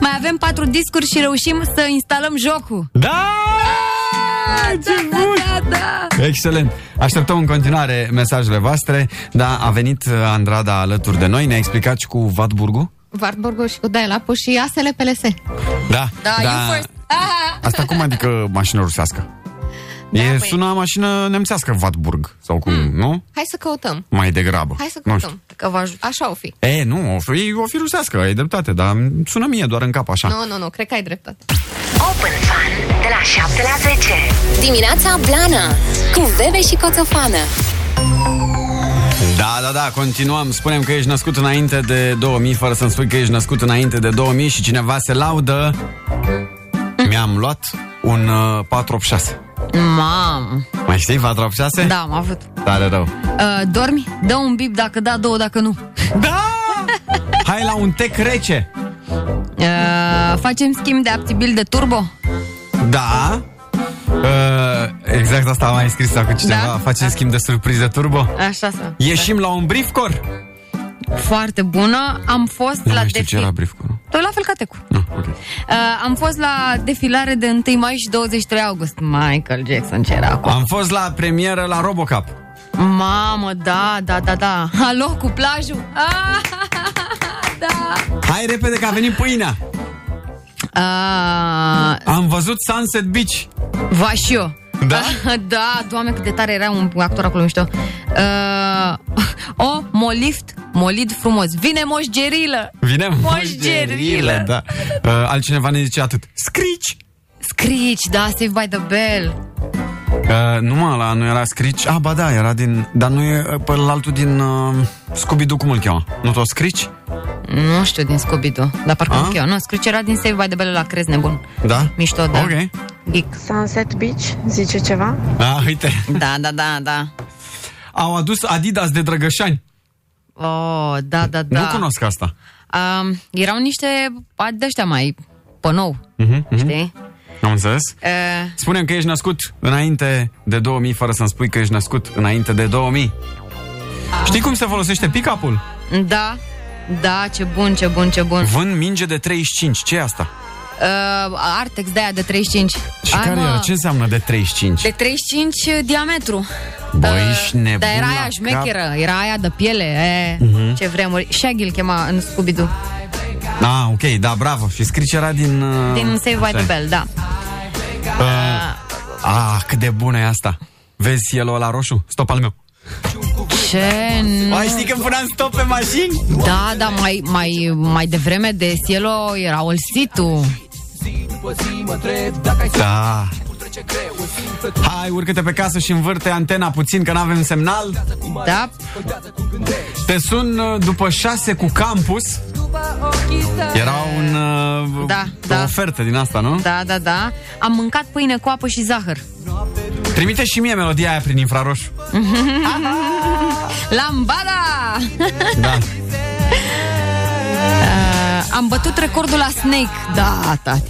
[SPEAKER 3] Mai avem patru discuri și reușim să instalăm jocul.
[SPEAKER 2] Da! Ah,
[SPEAKER 3] Da, da, da, da.
[SPEAKER 2] Excelent! Așteptăm în continuare mesajele voastre, dar a venit uh, Andrada alături de noi, ne-a explicat și cu Vatburgu.
[SPEAKER 15] Wartburg și cu Dial-up și asele PLS.
[SPEAKER 2] Da,
[SPEAKER 15] Ah,
[SPEAKER 2] Asta cum adică mașină rusească? Da, e,
[SPEAKER 15] băi.
[SPEAKER 2] sună mașină nemțească, Vatburg, sau cum, nu?
[SPEAKER 15] Hai să căutăm.
[SPEAKER 2] Mai degrabă.
[SPEAKER 15] Hmm. Hai să
[SPEAKER 2] Nu știu.
[SPEAKER 15] căutăm. Că vă Așa o fi.
[SPEAKER 2] E, nu, o fi, o fi rusească, ai dreptate, dar îmi sună mie doar în cap așa.
[SPEAKER 15] Nu, nu, nu, cred că ai dreptate.
[SPEAKER 4] Open Fun de la 7 la 10.
[SPEAKER 1] Dimineața Blana Cu Bebe și Coțofană
[SPEAKER 2] Da, da, da, continuăm. Spunem că ești născut înainte de 2000, fără să-mi spui că ești născut înainte de 2000 și cineva se laudă. Mi-am luat un uh, 486.
[SPEAKER 3] Mam.
[SPEAKER 2] Mai știi 486?
[SPEAKER 3] Da, am avut.
[SPEAKER 2] Tare rău.
[SPEAKER 3] Uh, dormi? Dă un bip dacă da, două dacă nu.
[SPEAKER 2] Da! Hai la un tec rece.
[SPEAKER 3] Uh, facem schimb de aptibil de turbo?
[SPEAKER 2] Da. Uh, exact asta am mai scris acum cineva. Da?
[SPEAKER 3] Da?
[SPEAKER 2] Facem schimb de surpriză turbo.
[SPEAKER 3] Așa să.
[SPEAKER 2] Ieșim la un briefcor.
[SPEAKER 3] Foarte bună. Am fost
[SPEAKER 2] Nu
[SPEAKER 3] la
[SPEAKER 2] mai știu ce
[SPEAKER 3] defi...
[SPEAKER 2] era briefcor.
[SPEAKER 3] Tot la fel ca tecu. Ah, uh, am fost la defilare de 1 mai și 23 august. Michael Jackson ce era acolo.
[SPEAKER 2] Am fost la premieră la Robocop.
[SPEAKER 3] Mamă, da, da, da, da. Alo, cu plajul? Ah, da.
[SPEAKER 2] Hai repede că a venit pâinea.
[SPEAKER 3] Ah,
[SPEAKER 2] Am văzut Sunset Beach.
[SPEAKER 3] va și eu.
[SPEAKER 2] Da?
[SPEAKER 3] da, doamne, cât de tare era un actor acolo, nu știu. Uh, o, molift, molid frumos. Vine moșgerilă!
[SPEAKER 2] Vine
[SPEAKER 3] Moșgerilă.
[SPEAKER 2] moșgerilă, da. Uh, altcineva ne zice atât. Scrici!
[SPEAKER 3] Scrici, da, Save by the Bell.
[SPEAKER 2] Uh, nu mă, la nu era Scrici. Ah, ba da, era din... Dar nu e uh, pe la altul din uh, Scooby-Doo, cum îl cheamă? Nu tot Scrici?
[SPEAKER 3] Nu știu, din Scooby-Doo, dar parcă
[SPEAKER 2] A?
[SPEAKER 3] nu eu. Nu, Scrici era din Save by the Bell la crez nebun.
[SPEAKER 2] Da?
[SPEAKER 3] Mișto, da.
[SPEAKER 2] Ok.
[SPEAKER 3] Geek.
[SPEAKER 13] Sunset Beach, zice ceva?
[SPEAKER 2] Ah, uite.
[SPEAKER 3] Da, da, da, da.
[SPEAKER 2] Au adus Adidas de Drăgășani.
[SPEAKER 3] Oh, da, da, da.
[SPEAKER 2] Nu cunosc asta.
[SPEAKER 3] Um, erau niște a- de ăștia mai pe nou,
[SPEAKER 2] Mhm, mhm.
[SPEAKER 3] știi?
[SPEAKER 2] Am înțeles.
[SPEAKER 3] Uh,
[SPEAKER 2] Spunem că ești născut înainte de 2000, fără să-mi spui că ești născut înainte de 2000.
[SPEAKER 3] Ah.
[SPEAKER 2] Știi cum se folosește pick-up-ul?
[SPEAKER 3] da, da, ce bun, ce bun, ce bun.
[SPEAKER 2] Vând minge de 35. ce e asta?
[SPEAKER 3] Uh, Artex de aia de 35.
[SPEAKER 2] Și
[SPEAKER 3] Ai,
[SPEAKER 2] care
[SPEAKER 3] mă,
[SPEAKER 2] era? Ce înseamnă de 35?
[SPEAKER 3] De 35 diametru.
[SPEAKER 2] Băi, Păi ești nebun
[SPEAKER 3] Dar era
[SPEAKER 2] la
[SPEAKER 3] aia
[SPEAKER 2] cap.
[SPEAKER 3] șmecheră, era aia de piele, e,
[SPEAKER 2] Mhm.
[SPEAKER 3] ce vremuri. Shaggy îl chema în Scooby-Doo,
[SPEAKER 2] Ah, ok, da, bravo. Și scrici era din... uh,
[SPEAKER 3] din Save by
[SPEAKER 2] așa
[SPEAKER 3] the
[SPEAKER 2] e.
[SPEAKER 3] Bell, da.
[SPEAKER 2] Uh, ah, cât de bună e asta. Vezi el la roșu? Stop al meu.
[SPEAKER 3] Ce nu...
[SPEAKER 2] Mai știi când puneam stop pe mașini?
[SPEAKER 3] Da, da, mai, mai, mai devreme de Cielo era Olsitu.
[SPEAKER 2] Da. Hai, urcă-te pe casă și învârte antena puțin, că n-avem semnal.
[SPEAKER 3] Da.
[SPEAKER 2] Te sun uh, după șase cu campus. Era un, uh,
[SPEAKER 3] Da,
[SPEAKER 2] o
[SPEAKER 3] da.
[SPEAKER 2] ofertă din asta, nu?
[SPEAKER 3] Da, da, da. Am mâncat pâine cu apă și zahăr. Da.
[SPEAKER 2] Trimite și mie melodia aia prin infraroșu.
[SPEAKER 3] Lambada!
[SPEAKER 2] Da.
[SPEAKER 3] Uh, am bătut recordul la Snake. Da, tati.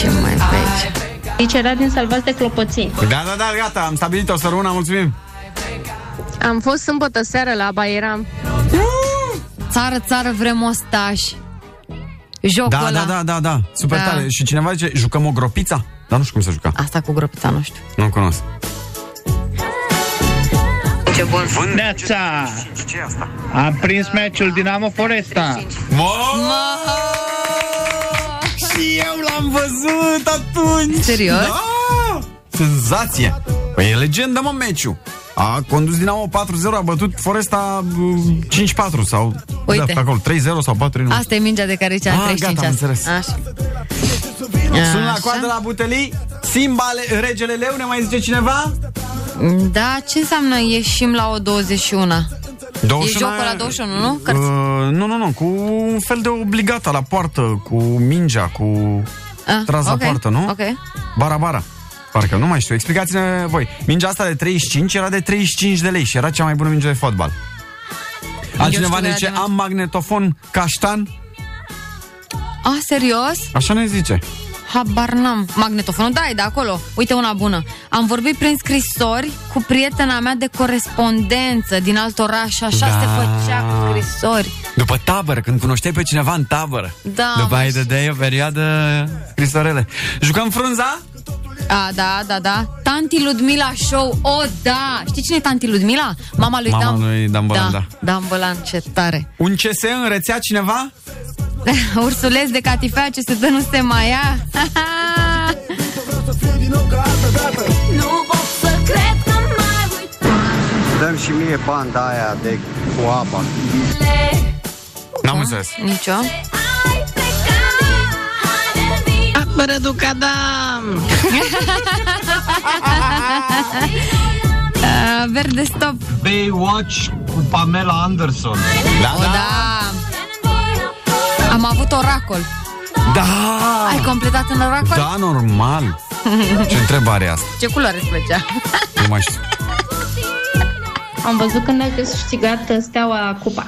[SPEAKER 3] Ce mai pe aici?
[SPEAKER 16] Aici era din Salvați de Clopoții.
[SPEAKER 2] Da, da, da, gata, am stabilit o săruna, mulțumim.
[SPEAKER 16] Am fost sâmbătă seară la Bairam.
[SPEAKER 3] Țară, țară, vrem ostaș. Jocul
[SPEAKER 2] da,
[SPEAKER 3] ăla.
[SPEAKER 2] da, da, da, da, super
[SPEAKER 3] Da.
[SPEAKER 2] tare. Și cineva zice, jucăm o gropița? Dar nu știu cum se juca.
[SPEAKER 3] Asta cu gropița, nu știu.
[SPEAKER 2] Nu cunosc.
[SPEAKER 17] Ce bun. Neața! Am prins meciul Dinamo Foresta.
[SPEAKER 2] Și eu l-am văzut atunci!
[SPEAKER 3] Serios?
[SPEAKER 2] Da! Senzație! Păi e legendă, mă, meciul. A condus Dinamo 4-0, a bătut Foresta uh, 5-4 sau...
[SPEAKER 3] Uite.
[SPEAKER 2] Da, pe acolo, 3-0 sau 4 nu.
[SPEAKER 3] Asta e mingea de care cea
[SPEAKER 2] Mm. Ah,
[SPEAKER 3] 35
[SPEAKER 2] gata, am înțeles.
[SPEAKER 3] Așa.
[SPEAKER 2] Sunt la
[SPEAKER 3] Așa.
[SPEAKER 2] coadă la butelii Simba, le- regele leu, ne mai zice cineva?
[SPEAKER 3] Da, ce înseamnă ieșim la o 21 E jocul la 21, nu? Cărți.
[SPEAKER 2] Uh, nu, nu, nu, cu un fel de obligata la poartă, cu mingea, cu
[SPEAKER 3] Ah,
[SPEAKER 2] tras
[SPEAKER 3] ok,
[SPEAKER 2] la poartă, nu?
[SPEAKER 3] Ok. Ah,
[SPEAKER 2] Bara, bara. Parcă nu mai știu. Explicați-ne voi. Mingea asta de 35 era de 35 de lei și era cea mai bună minge de fotbal. Altcineva
[SPEAKER 3] știu că
[SPEAKER 2] ne
[SPEAKER 3] era
[SPEAKER 2] zice,
[SPEAKER 3] din-
[SPEAKER 2] am magnetofon caștan.
[SPEAKER 3] A, serios?
[SPEAKER 2] Așa ne zice.
[SPEAKER 3] Habar n-am. Magnetofonul, da, e de acolo. Uite una bună. Am vorbit prin scrisori cu prietena mea de corespondență din alt oraș. Așa
[SPEAKER 2] Da.
[SPEAKER 3] se făcea cu scrisori.
[SPEAKER 2] După tabără, când cunoșteai pe cineva în tabără.
[SPEAKER 3] Da,
[SPEAKER 2] După
[SPEAKER 3] mă,
[SPEAKER 2] aia de o perioadă scrisorele. Jucăm frunza?
[SPEAKER 3] A, da, da, da. Tanti Ludmila Show. O, oh, da! Știi cine e Tanti Ludmila? Mama lui
[SPEAKER 2] Mama
[SPEAKER 3] Dan.
[SPEAKER 2] lui Dan Bolan, da.
[SPEAKER 3] Dan Bolan, ce tare.
[SPEAKER 2] Un CS în rețea cineva?
[SPEAKER 3] Ursuleț de catifea ce se dă nu se mai ia.
[SPEAKER 4] Nu pot să cred că mai uit
[SPEAKER 18] Dăm și mie banda aia de cu apa.
[SPEAKER 2] N-am înțeles.
[SPEAKER 3] Nicio.
[SPEAKER 4] Apără ducadam
[SPEAKER 3] A, Uh, verde stop.
[SPEAKER 7] Baywatch cu Pamela Anderson.
[SPEAKER 3] O, da. Am avut oracol.
[SPEAKER 2] Da!
[SPEAKER 3] Ai completat în oracol?
[SPEAKER 2] Da, normal. Ce întrebare e asta?
[SPEAKER 3] Ce culoare îți plăcea?
[SPEAKER 2] Nu mai știu.
[SPEAKER 19] Am văzut când ai câștigat uh, steaua cupa.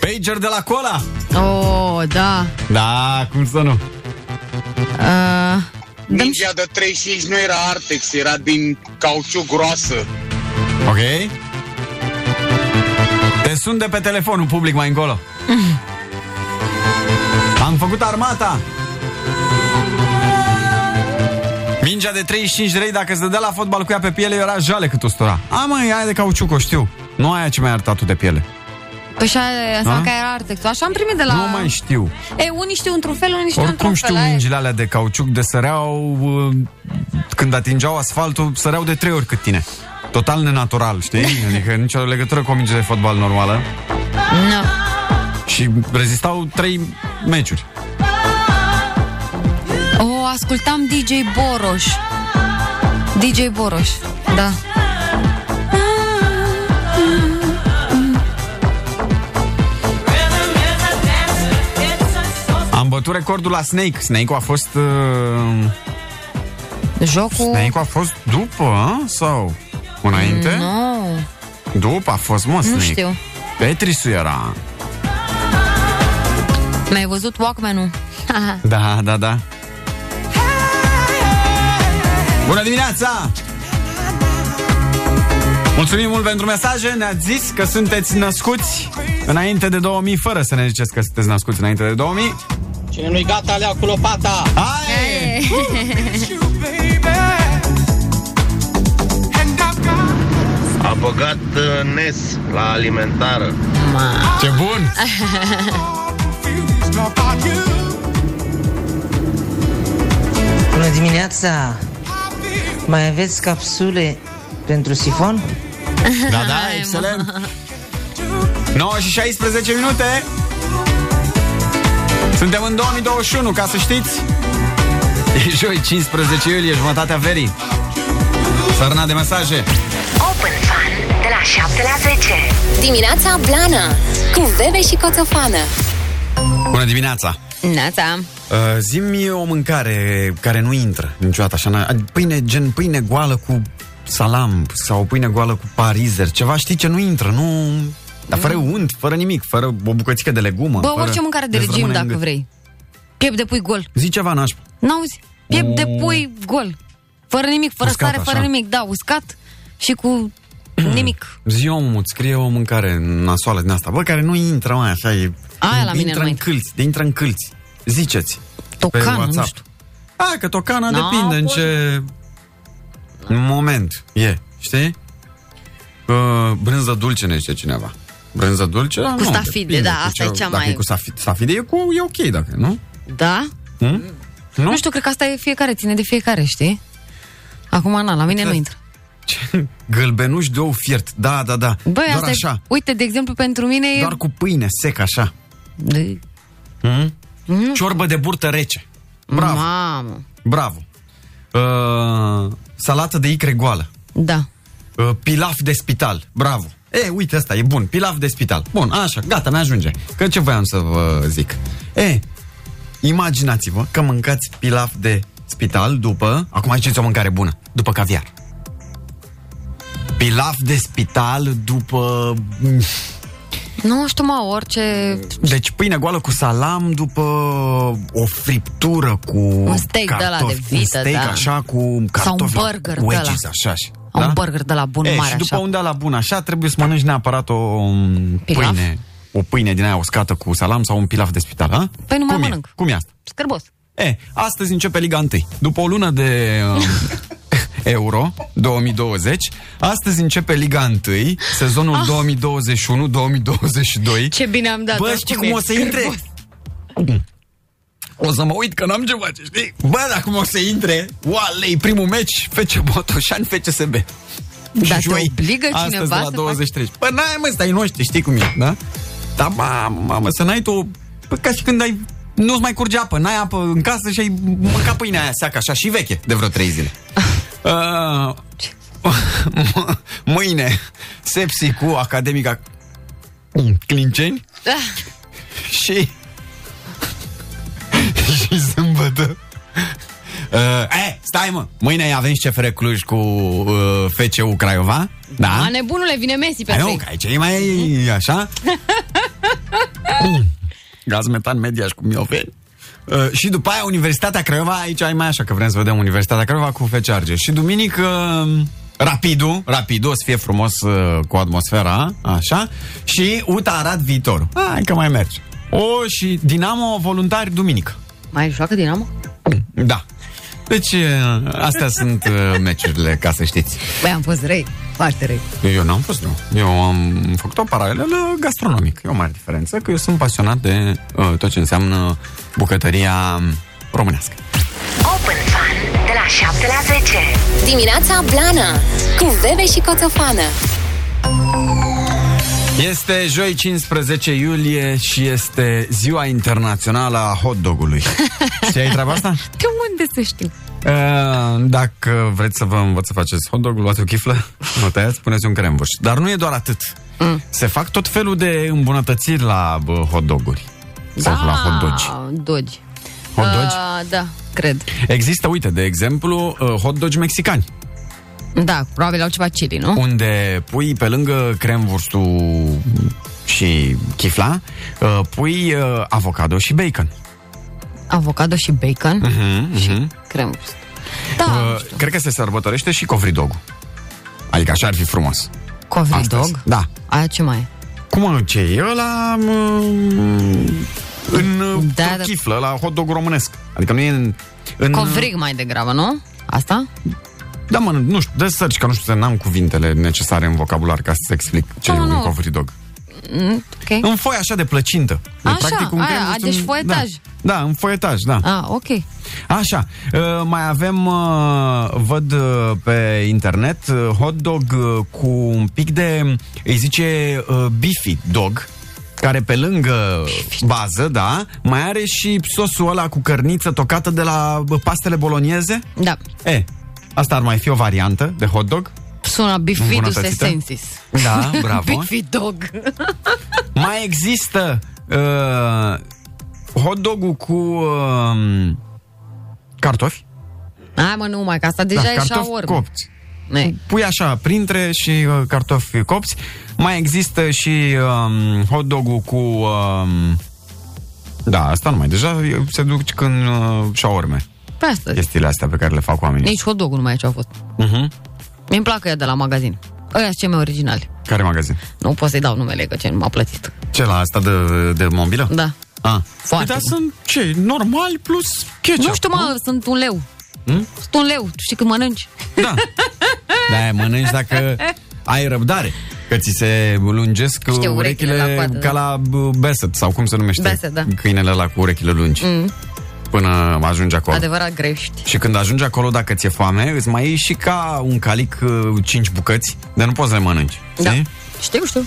[SPEAKER 2] Pager de la Cola.
[SPEAKER 3] Oh, da.
[SPEAKER 2] Da, cum să nu?
[SPEAKER 3] Uh,
[SPEAKER 20] Mingea de 35 nu era Artex, era din cauciuc groasă.
[SPEAKER 2] Ok. Te sun de pe telefonul public mai încolo. Am făcut armata. Mingea de 35 de lei, dacă se dădea la fotbal cu ea pe piele, era jale cât ustura. A, mă, e aia de cauciuc, o știu. Nu aia ce mi-ai arătat tu de piele.
[SPEAKER 3] Păi și aia
[SPEAKER 2] A?
[SPEAKER 3] înseamnă că era artectul. Așa am primit de la...
[SPEAKER 2] Nu mai știu.
[SPEAKER 3] E, unii știu într-un fel, unii știu într-un
[SPEAKER 2] Oricum
[SPEAKER 3] fel.
[SPEAKER 2] știu
[SPEAKER 3] aia e.
[SPEAKER 2] mingile alea de cauciuc de săreau uh, Când atingeau asfaltul Săreau de trei ori cât tine Total nenatural, știi? Adică nicio legătură cu o minge de fotbal normală
[SPEAKER 3] Nu.
[SPEAKER 2] Și rezistau trei meciuri
[SPEAKER 3] O, ascultam DJ Boroș. DJ Boroș, da.
[SPEAKER 2] Am bătut recordul la Snake Snake-ul a fost... Uh,
[SPEAKER 3] Jocul...
[SPEAKER 2] Snake-ul a fost după, a? sau înainte?
[SPEAKER 3] Nu.
[SPEAKER 2] După a fost, mă, Snake
[SPEAKER 3] Oh, știu.
[SPEAKER 2] Petrisul era
[SPEAKER 3] Mi-ai văzut Walkman-ul? Aha.
[SPEAKER 2] Da, da, da Bună dimineața! Mulțumim mult pentru mesaje, ne-ați zis că sunteți născuți înainte de 2000, fără să ne ziceți că sunteți născuți înainte de 2000.
[SPEAKER 7] Cine nu-i gata, alea cu lopata.
[SPEAKER 2] Hai!
[SPEAKER 7] A băgat uh, Nes la alimentară.
[SPEAKER 2] Ce bun!
[SPEAKER 21] Bună dimineața! Mai aveți capsule pentru sifon?
[SPEAKER 2] Da, da, excelent! 9 și 16 minute! Suntem în 2021, ca să știți! E joi, 15 iulie, jumătatea verii. Sărna de mesaje.
[SPEAKER 4] Open Fun de la 7 la 10.
[SPEAKER 1] Dimineața Blana Cu Bebe și Coțofană
[SPEAKER 2] Bună dimineața!
[SPEAKER 3] Neața.
[SPEAKER 2] Uh, Zimi o mâncare care nu intră niciodată așa. n-a- ad- Pâine, gen pâine goală cu salam sau pâine goală cu parizer, ceva știi ce nu intră, nu... Dar fără unt, fără nimic, fără o bucățică de legumă.
[SPEAKER 3] Mm. Bă,
[SPEAKER 2] fără...
[SPEAKER 3] orice mâncare de
[SPEAKER 2] îți
[SPEAKER 3] regim,
[SPEAKER 2] Deci rămâne în
[SPEAKER 3] dacă
[SPEAKER 2] gât.
[SPEAKER 3] vrei. Piept de pui gol.
[SPEAKER 2] Zi ceva nașpa.
[SPEAKER 3] N-auzi? Piept de pui gol. Fără nimic, fără
[SPEAKER 2] Mm. Uscat,
[SPEAKER 3] sare, fără
[SPEAKER 2] așa.
[SPEAKER 3] nimic. Da, uscat și cu nimic.
[SPEAKER 2] Zi omul, îți scrie o mâncare nasoală din asta, bă, care nu intră mai așa, e...
[SPEAKER 3] Aia la mine
[SPEAKER 2] intră
[SPEAKER 3] nu mai
[SPEAKER 2] în câlți, de intră în câlți. Ziceți.
[SPEAKER 3] Tocană,
[SPEAKER 2] pe
[SPEAKER 3] nu
[SPEAKER 2] WhatsApp.
[SPEAKER 3] știu.
[SPEAKER 2] A, că tocana
[SPEAKER 3] Na,
[SPEAKER 2] depinde în
[SPEAKER 3] bun.
[SPEAKER 2] ce moment e, știi? Că brânză dulce ne zice cineva. Brânză dulce?
[SPEAKER 3] Cu
[SPEAKER 2] nu,
[SPEAKER 3] stafide,
[SPEAKER 2] depinde
[SPEAKER 3] da,
[SPEAKER 2] cu
[SPEAKER 3] asta e
[SPEAKER 2] ce-
[SPEAKER 3] cea
[SPEAKER 2] dacă
[SPEAKER 3] mai-
[SPEAKER 2] E cu stafide, stafide e, cu, e ok, dacă nu?
[SPEAKER 3] Da?
[SPEAKER 2] Hm? Nu?
[SPEAKER 3] Nu știu, cred că asta e fiecare, ține de fiecare, știi? Acum, na, la
[SPEAKER 2] Exact.
[SPEAKER 3] mine nu intră.
[SPEAKER 2] Gălbenuș de ou fiert, da, da, da.
[SPEAKER 3] Băi,
[SPEAKER 2] Doar
[SPEAKER 3] asta e-
[SPEAKER 2] așa,
[SPEAKER 3] Uite, de exemplu, pentru mine e...
[SPEAKER 2] doar cu pâine, sec, așa.
[SPEAKER 3] De...
[SPEAKER 2] Mm? Ciorbă de burtă rece. Bravo.
[SPEAKER 3] Mamă.
[SPEAKER 2] Bravo. Uh, salată de icre goală.
[SPEAKER 3] Da.
[SPEAKER 2] Uh, pilaf de spital. Bravo. E, uite, asta e bun. Pilaf de spital. Bun, așa, gata, mi-ajunge. Că ce voiam să vă zic? E, imaginați-vă că mâncați pilaf de spital după... Acum aici o mâncare bună. După caviar. Pilaf de spital după...
[SPEAKER 3] Nu știu, mă, orice...
[SPEAKER 2] Deci pâine goală cu salam după o friptură cu
[SPEAKER 3] Un steak de ăla de
[SPEAKER 2] cartofi,
[SPEAKER 3] vită,
[SPEAKER 2] un steak
[SPEAKER 3] da.
[SPEAKER 2] așa cu cartofi
[SPEAKER 3] Sau un burger
[SPEAKER 2] la
[SPEAKER 3] de ăla.
[SPEAKER 2] wedges, așa. și-
[SPEAKER 3] Un burger de la bun
[SPEAKER 2] Da? e,
[SPEAKER 3] mare,
[SPEAKER 2] și după
[SPEAKER 3] așa.
[SPEAKER 2] un de la bun așa trebuie să mănânci neapărat o um,
[SPEAKER 3] Pilaf?
[SPEAKER 2] pâine o pâine din aia uscată cu salam sau un pilaf de spital, a?
[SPEAKER 3] Păi
[SPEAKER 2] Cum
[SPEAKER 3] nu mai
[SPEAKER 2] e?
[SPEAKER 3] mănânc.
[SPEAKER 2] Cum e asta?
[SPEAKER 3] Scârbos.
[SPEAKER 2] E, astăzi începe Liga 1. După o lună de um, Euro 2020, astăzi începe Liga 1, sezonul 2021-2022.
[SPEAKER 3] Ah. Ce bine am dat.
[SPEAKER 2] Bă, știi cum o să intre? O să mă uit că n-am ce face, știi? Bă, dacă cum o să intre, oalei, primul meci, FC Botoșani, FCSB.
[SPEAKER 3] Dar te obligă cineva
[SPEAKER 2] astăzi de
[SPEAKER 3] să
[SPEAKER 2] la
[SPEAKER 3] faci-
[SPEAKER 2] 20 treci. Bă, n-ai mă, stai noștri, știi cum e, da? Dar mamă, mamă, să n-ai tu o Păi ca și când ai nu-ți mai curge apă, n-ai apă în casă și ai mâncat pâinea aia seacă, așa, și veche, de vreo trei zile. Uh, m- mâine, sepsi cu academica Clinceni
[SPEAKER 3] Da.
[SPEAKER 2] și și sâmbătă. Uh, eh, stai mă, mâine avem și CFR Cluj cu uh, FCU Craiova, da?
[SPEAKER 3] A, nebunule, vine Messi pe
[SPEAKER 2] Ai nu,
[SPEAKER 3] trei.
[SPEAKER 2] că aici e mai așa. Mm. Gaz metan mediaș cum mi-o veni. Uh, și după aia Universitatea Craiova, aici ai mai așa că vrem să vedem Universitatea Craiova cu FC Argeș. Și duminică uh, Rapidu, Rapidu, o să fie frumos uh, cu atmosfera, așa, și UTA Arad viitor. Hai că mai merge. O, și Dinamo voluntari duminică.
[SPEAKER 3] Mai joacă Dinamo?
[SPEAKER 2] Da. Deci, uh, astea sunt uh, meciurile, ca să știți.
[SPEAKER 3] Băi, am fost răi, foarte răi.
[SPEAKER 2] Eu n-am fost, nu. Eu am făcut o paralelă gastronomic. E o mare diferență, că eu sunt pasionat de uh, tot ce înseamnă bucătăria românească.
[SPEAKER 4] Open Fun de la 7 la 10.
[SPEAKER 1] Dimineața Blana Cu Bebe și Coțofană
[SPEAKER 2] Este joi 15 iulie și este ziua internațională a hot dogului. Știai treaba asta?
[SPEAKER 3] De unde să știu?
[SPEAKER 2] Uh, Dacă vreți să vă învăț să faceți hot dog, luați o chiflă, o tăiați, puneți un crembuș. Dar nu e doar atât. Mm. Se fac tot felul de îmbunătățiri la bă, hot doguri. Sau la hot dogi.
[SPEAKER 3] Dogi.
[SPEAKER 2] Hot dogi?
[SPEAKER 3] Uh, da, cred.
[SPEAKER 2] Există, uite, de exemplu, uh, hot dogi mexicani,
[SPEAKER 3] Da, probabil au ceva chili, nu?
[SPEAKER 2] unde pui pe lângă cremvurstul și chifla, uh, pui uh, avocado și bacon.
[SPEAKER 3] Avocado și bacon
[SPEAKER 2] Mhm, mhm.
[SPEAKER 3] Crem. Da,
[SPEAKER 2] Uh, cred că se sărbătorește și covridogul. Adică așa ar fi frumos.
[SPEAKER 3] covridog.
[SPEAKER 2] Da.
[SPEAKER 3] Aia ce mai e?
[SPEAKER 2] Cum mă, ce e ăla mă, în da, da. chiflă, la hot dog românesc. Adică nu e în... în
[SPEAKER 3] Covrig mai degrabă, nu? Asta?
[SPEAKER 2] Da, mă, nu știu, dă search, că nu știu, n-am cuvintele necesare în vocabular ca să explic ce
[SPEAKER 3] Ah,
[SPEAKER 2] e un
[SPEAKER 3] nu.
[SPEAKER 2] covridog.
[SPEAKER 3] Mm, ok.
[SPEAKER 2] În foi așa de plăcintă.
[SPEAKER 3] Așa, aia,
[SPEAKER 2] crembuț,
[SPEAKER 3] a, deci foietaj.
[SPEAKER 2] Da, da, în foietaj, da.
[SPEAKER 3] Ah, ok.
[SPEAKER 2] Așa, uh, mai avem, uh, văd uh, pe internet, uh, hot dog uh, cu un pic de, îi zice, uh, beefy dog, care pe lângă bază, da, mai are și sosul ăla cu cărniță tocată de la bă, pastele bolonieze.
[SPEAKER 3] Da.
[SPEAKER 2] E, asta ar mai fi o variantă de hot dog.
[SPEAKER 3] Sună bifidus
[SPEAKER 2] Îmbunătățită?
[SPEAKER 3] essensis.
[SPEAKER 2] Da, bravo.
[SPEAKER 3] Bifidog.
[SPEAKER 2] Mai există uh, hot dog cu uh, cartofi.
[SPEAKER 3] Hai mă, nu mai, că asta deja
[SPEAKER 2] da,
[SPEAKER 3] e
[SPEAKER 2] cartofi
[SPEAKER 3] șaorma.
[SPEAKER 2] copți.
[SPEAKER 3] Ne.
[SPEAKER 2] Pui așa printre și uh, cartofi copți. Mai există și um, hot dog cu... Um, da, asta nu mai. Deja se duc când uh, șaorme.
[SPEAKER 3] Pe asta.
[SPEAKER 2] Chestiile astea pe care le fac oamenii.
[SPEAKER 3] Nici hot dog nu mai e ce au fost.
[SPEAKER 2] Uh-huh.
[SPEAKER 3] Mi-mi plac ea de la magazin. Ăia sunt cei mai originali.
[SPEAKER 2] Care magazin?
[SPEAKER 3] Nu pot să-i dau numele, că ce nu m-a plătit.
[SPEAKER 2] Ce, la asta de, de mobilă?
[SPEAKER 3] Da.
[SPEAKER 2] Ah.
[SPEAKER 3] Foarte.
[SPEAKER 2] Dar sunt ce? Normal plus ketchup.
[SPEAKER 3] Nu știu, mă, sunt un leu.
[SPEAKER 2] Hmm?
[SPEAKER 3] Sunt un leu. Tu știi cât mănânci?
[SPEAKER 2] Da. Da, mănânci dacă ai răbdare. Că ți se lungesc
[SPEAKER 3] Știu, urechile
[SPEAKER 2] urechile
[SPEAKER 3] la coadă,
[SPEAKER 2] ca
[SPEAKER 3] da.
[SPEAKER 2] la b- Basset, sau cum se numește
[SPEAKER 3] Basset, da.
[SPEAKER 2] câinele la cu urechile lungi,
[SPEAKER 3] Mm.
[SPEAKER 2] până ajungi acolo.
[SPEAKER 3] Adevărat grești.
[SPEAKER 2] Și când ajungi acolo, dacă ți-e foame, îți mai iei și ca un calic 5 bucăți, dar nu poți să le mănânci.
[SPEAKER 3] Da.
[SPEAKER 2] Știi?
[SPEAKER 3] Știu, știu.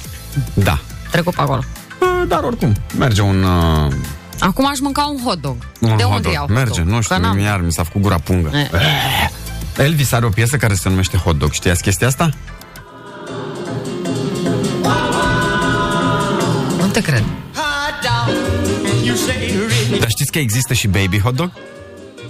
[SPEAKER 2] Da.
[SPEAKER 3] Trec pe acolo.
[SPEAKER 2] Uh, Dar oricum, merge un... Uh,
[SPEAKER 3] Acum aș mânca un hot dog.
[SPEAKER 2] un
[SPEAKER 3] de
[SPEAKER 2] hot
[SPEAKER 3] unde
[SPEAKER 2] dog.
[SPEAKER 3] iau?
[SPEAKER 2] Merge,
[SPEAKER 3] hot dog?
[SPEAKER 2] nu
[SPEAKER 3] Că
[SPEAKER 2] știu,
[SPEAKER 3] n-am.
[SPEAKER 2] iar mi s-a făcut gura pungă.
[SPEAKER 3] Eh.
[SPEAKER 2] Elvis are o piesă care se numește Hot Dog. Știați chestia asta?
[SPEAKER 3] Nu te cred.
[SPEAKER 2] Dar știți că există și baby hot dog?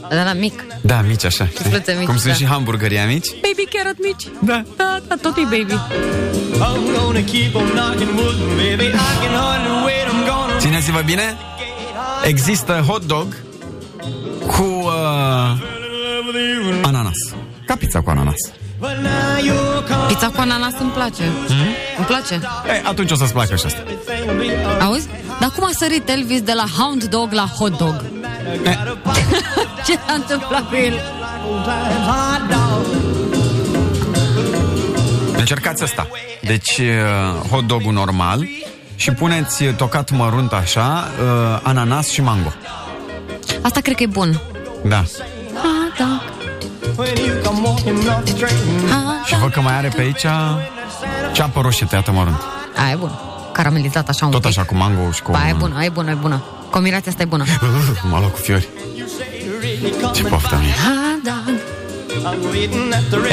[SPEAKER 3] De la mic.
[SPEAKER 2] Da, mici așa. știi?
[SPEAKER 3] Suflete mici,
[SPEAKER 2] Cum sunt
[SPEAKER 3] da.
[SPEAKER 2] și hamburgerii amici?
[SPEAKER 3] Baby carrot mici.
[SPEAKER 2] Da.
[SPEAKER 3] Da, da, tot e baby.
[SPEAKER 5] I'm gonna keep on knocking wood, baby. I can hardly wait. I'm gonna.
[SPEAKER 2] Țineți-vă bine, există hot dog cu uh, ananas. Ca pizza cu ananas.
[SPEAKER 3] Pizza cu ananas îmi place.
[SPEAKER 2] Hmm?
[SPEAKER 3] Îmi place.
[SPEAKER 2] E, atunci o să-ți placă și asta.
[SPEAKER 3] Auzi? Dar cum a sărit Elvis de la hound dog la hot dog?
[SPEAKER 2] Eh.
[SPEAKER 3] Ce s-a întâmplat cu el?
[SPEAKER 2] Încercați asta. Deci, uh, hot dog normal și puneți uh, tocat mărunt așa, uh, ananas și mango.
[SPEAKER 3] Asta cred că e bun.
[SPEAKER 2] Da.
[SPEAKER 3] Hot dog.
[SPEAKER 2] Și văd că mai are pe aici ceapă roșie tăiată mărunt.
[SPEAKER 3] Aia e bun. caramelizat așa un
[SPEAKER 2] Tot
[SPEAKER 3] pic.
[SPEAKER 2] așa, cu mango și cu...
[SPEAKER 3] Ba, e bună, e bună, e bună. Combinația asta e bună.
[SPEAKER 2] M-a luat cu fiori. Ce poftă mie.
[SPEAKER 3] Ah, da.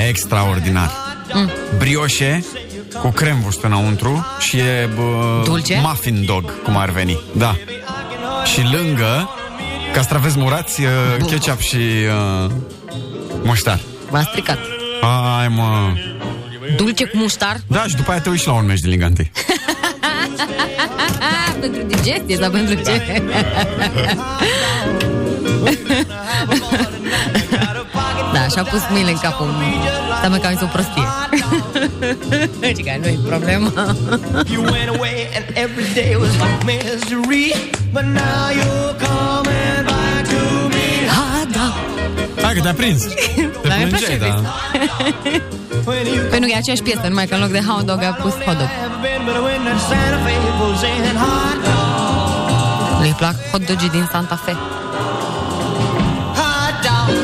[SPEAKER 2] Extraordinar.
[SPEAKER 3] Mm.
[SPEAKER 2] Brioșe cu cremvust înăuntru și e bă,
[SPEAKER 3] Dulce?
[SPEAKER 2] muffin dog, cum ar veni. Da. Și lângă castraveți murați, uh, ketchup și uh, muștar.
[SPEAKER 3] V-a stricat.
[SPEAKER 2] Ai, mă.
[SPEAKER 3] Dulce cu muștar?
[SPEAKER 2] Da, și după aia te uiți și la un meci din Liga 1.
[SPEAKER 3] Da, pentru digestie sau pentru ce? da, și-a pus mâinile în capul. Seamă că am zis o prostie. Deci că nu e problemă.
[SPEAKER 5] You went away and every day was like misery. But now you're coming back to me.
[SPEAKER 3] Ah, da.
[SPEAKER 2] Hai că te-a prins. Te
[SPEAKER 3] Da, mi
[SPEAKER 2] plângeai,
[SPEAKER 3] place
[SPEAKER 2] da.
[SPEAKER 3] Păi nu, e aceeași piesă, numai că în loc de hot dog a pus hot dog.
[SPEAKER 5] But when that Santa Fe was in hot
[SPEAKER 3] Le plac hot dogii din Santa Fe.
[SPEAKER 5] hot dog.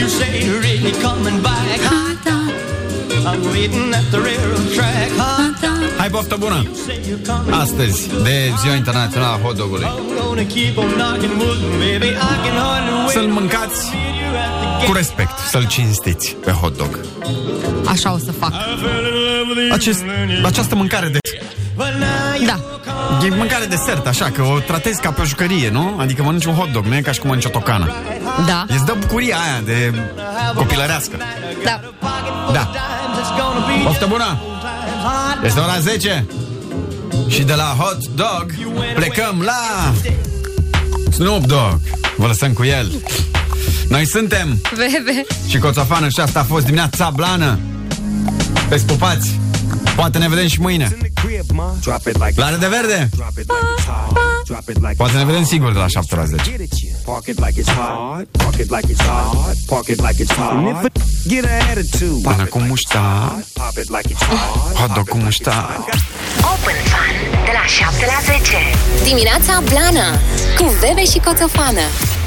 [SPEAKER 5] You say you're really coming back. Hot dog. I'm waiting at the railroad track. Hot dog.
[SPEAKER 2] Hai, poftă bună!
[SPEAKER 5] You're coming.
[SPEAKER 2] Astăzi, de Ziua Internațională a Hot Dogului.
[SPEAKER 5] I'm gonna keep on knocking wood, baby. I can hardly wait.
[SPEAKER 2] Să-l mâncați cu respect, să-l cinstiți pe hot dog.
[SPEAKER 3] Așa o să fac.
[SPEAKER 2] Acest, această mâncare de...
[SPEAKER 3] Da.
[SPEAKER 2] E mâncare desert, așa, că o tratezi ca pe o jucărie, nu? Adică mănânci un hot dog, nu e ca și cum mănânci o tocană.
[SPEAKER 3] Da.
[SPEAKER 2] Îți dă bucuria aia de copilărească.
[SPEAKER 3] Da.
[SPEAKER 2] Da. Poftă bună! Este ora 10 și de la hot dog plecăm la Snoop Dogg. Vă lăsăm cu el. Noi suntem
[SPEAKER 3] Bebe.
[SPEAKER 2] și Coțofană și asta a fost dimineața blană. Pe pupați! Poate ne vedem și mâine. La de verde! Poate ne vedem sigur de la 7 la 10.
[SPEAKER 6] Park it like it's hot. Park it like it's hot. Park it like it's
[SPEAKER 2] And if
[SPEAKER 6] hot. Get an attitude.
[SPEAKER 2] Până cu muștar,
[SPEAKER 6] Pop it like it's hot.
[SPEAKER 2] hot dog cu muștar.
[SPEAKER 4] Open Fun de la 7 la 10.
[SPEAKER 1] Dimineața Blana Cu Bebe și Coțofană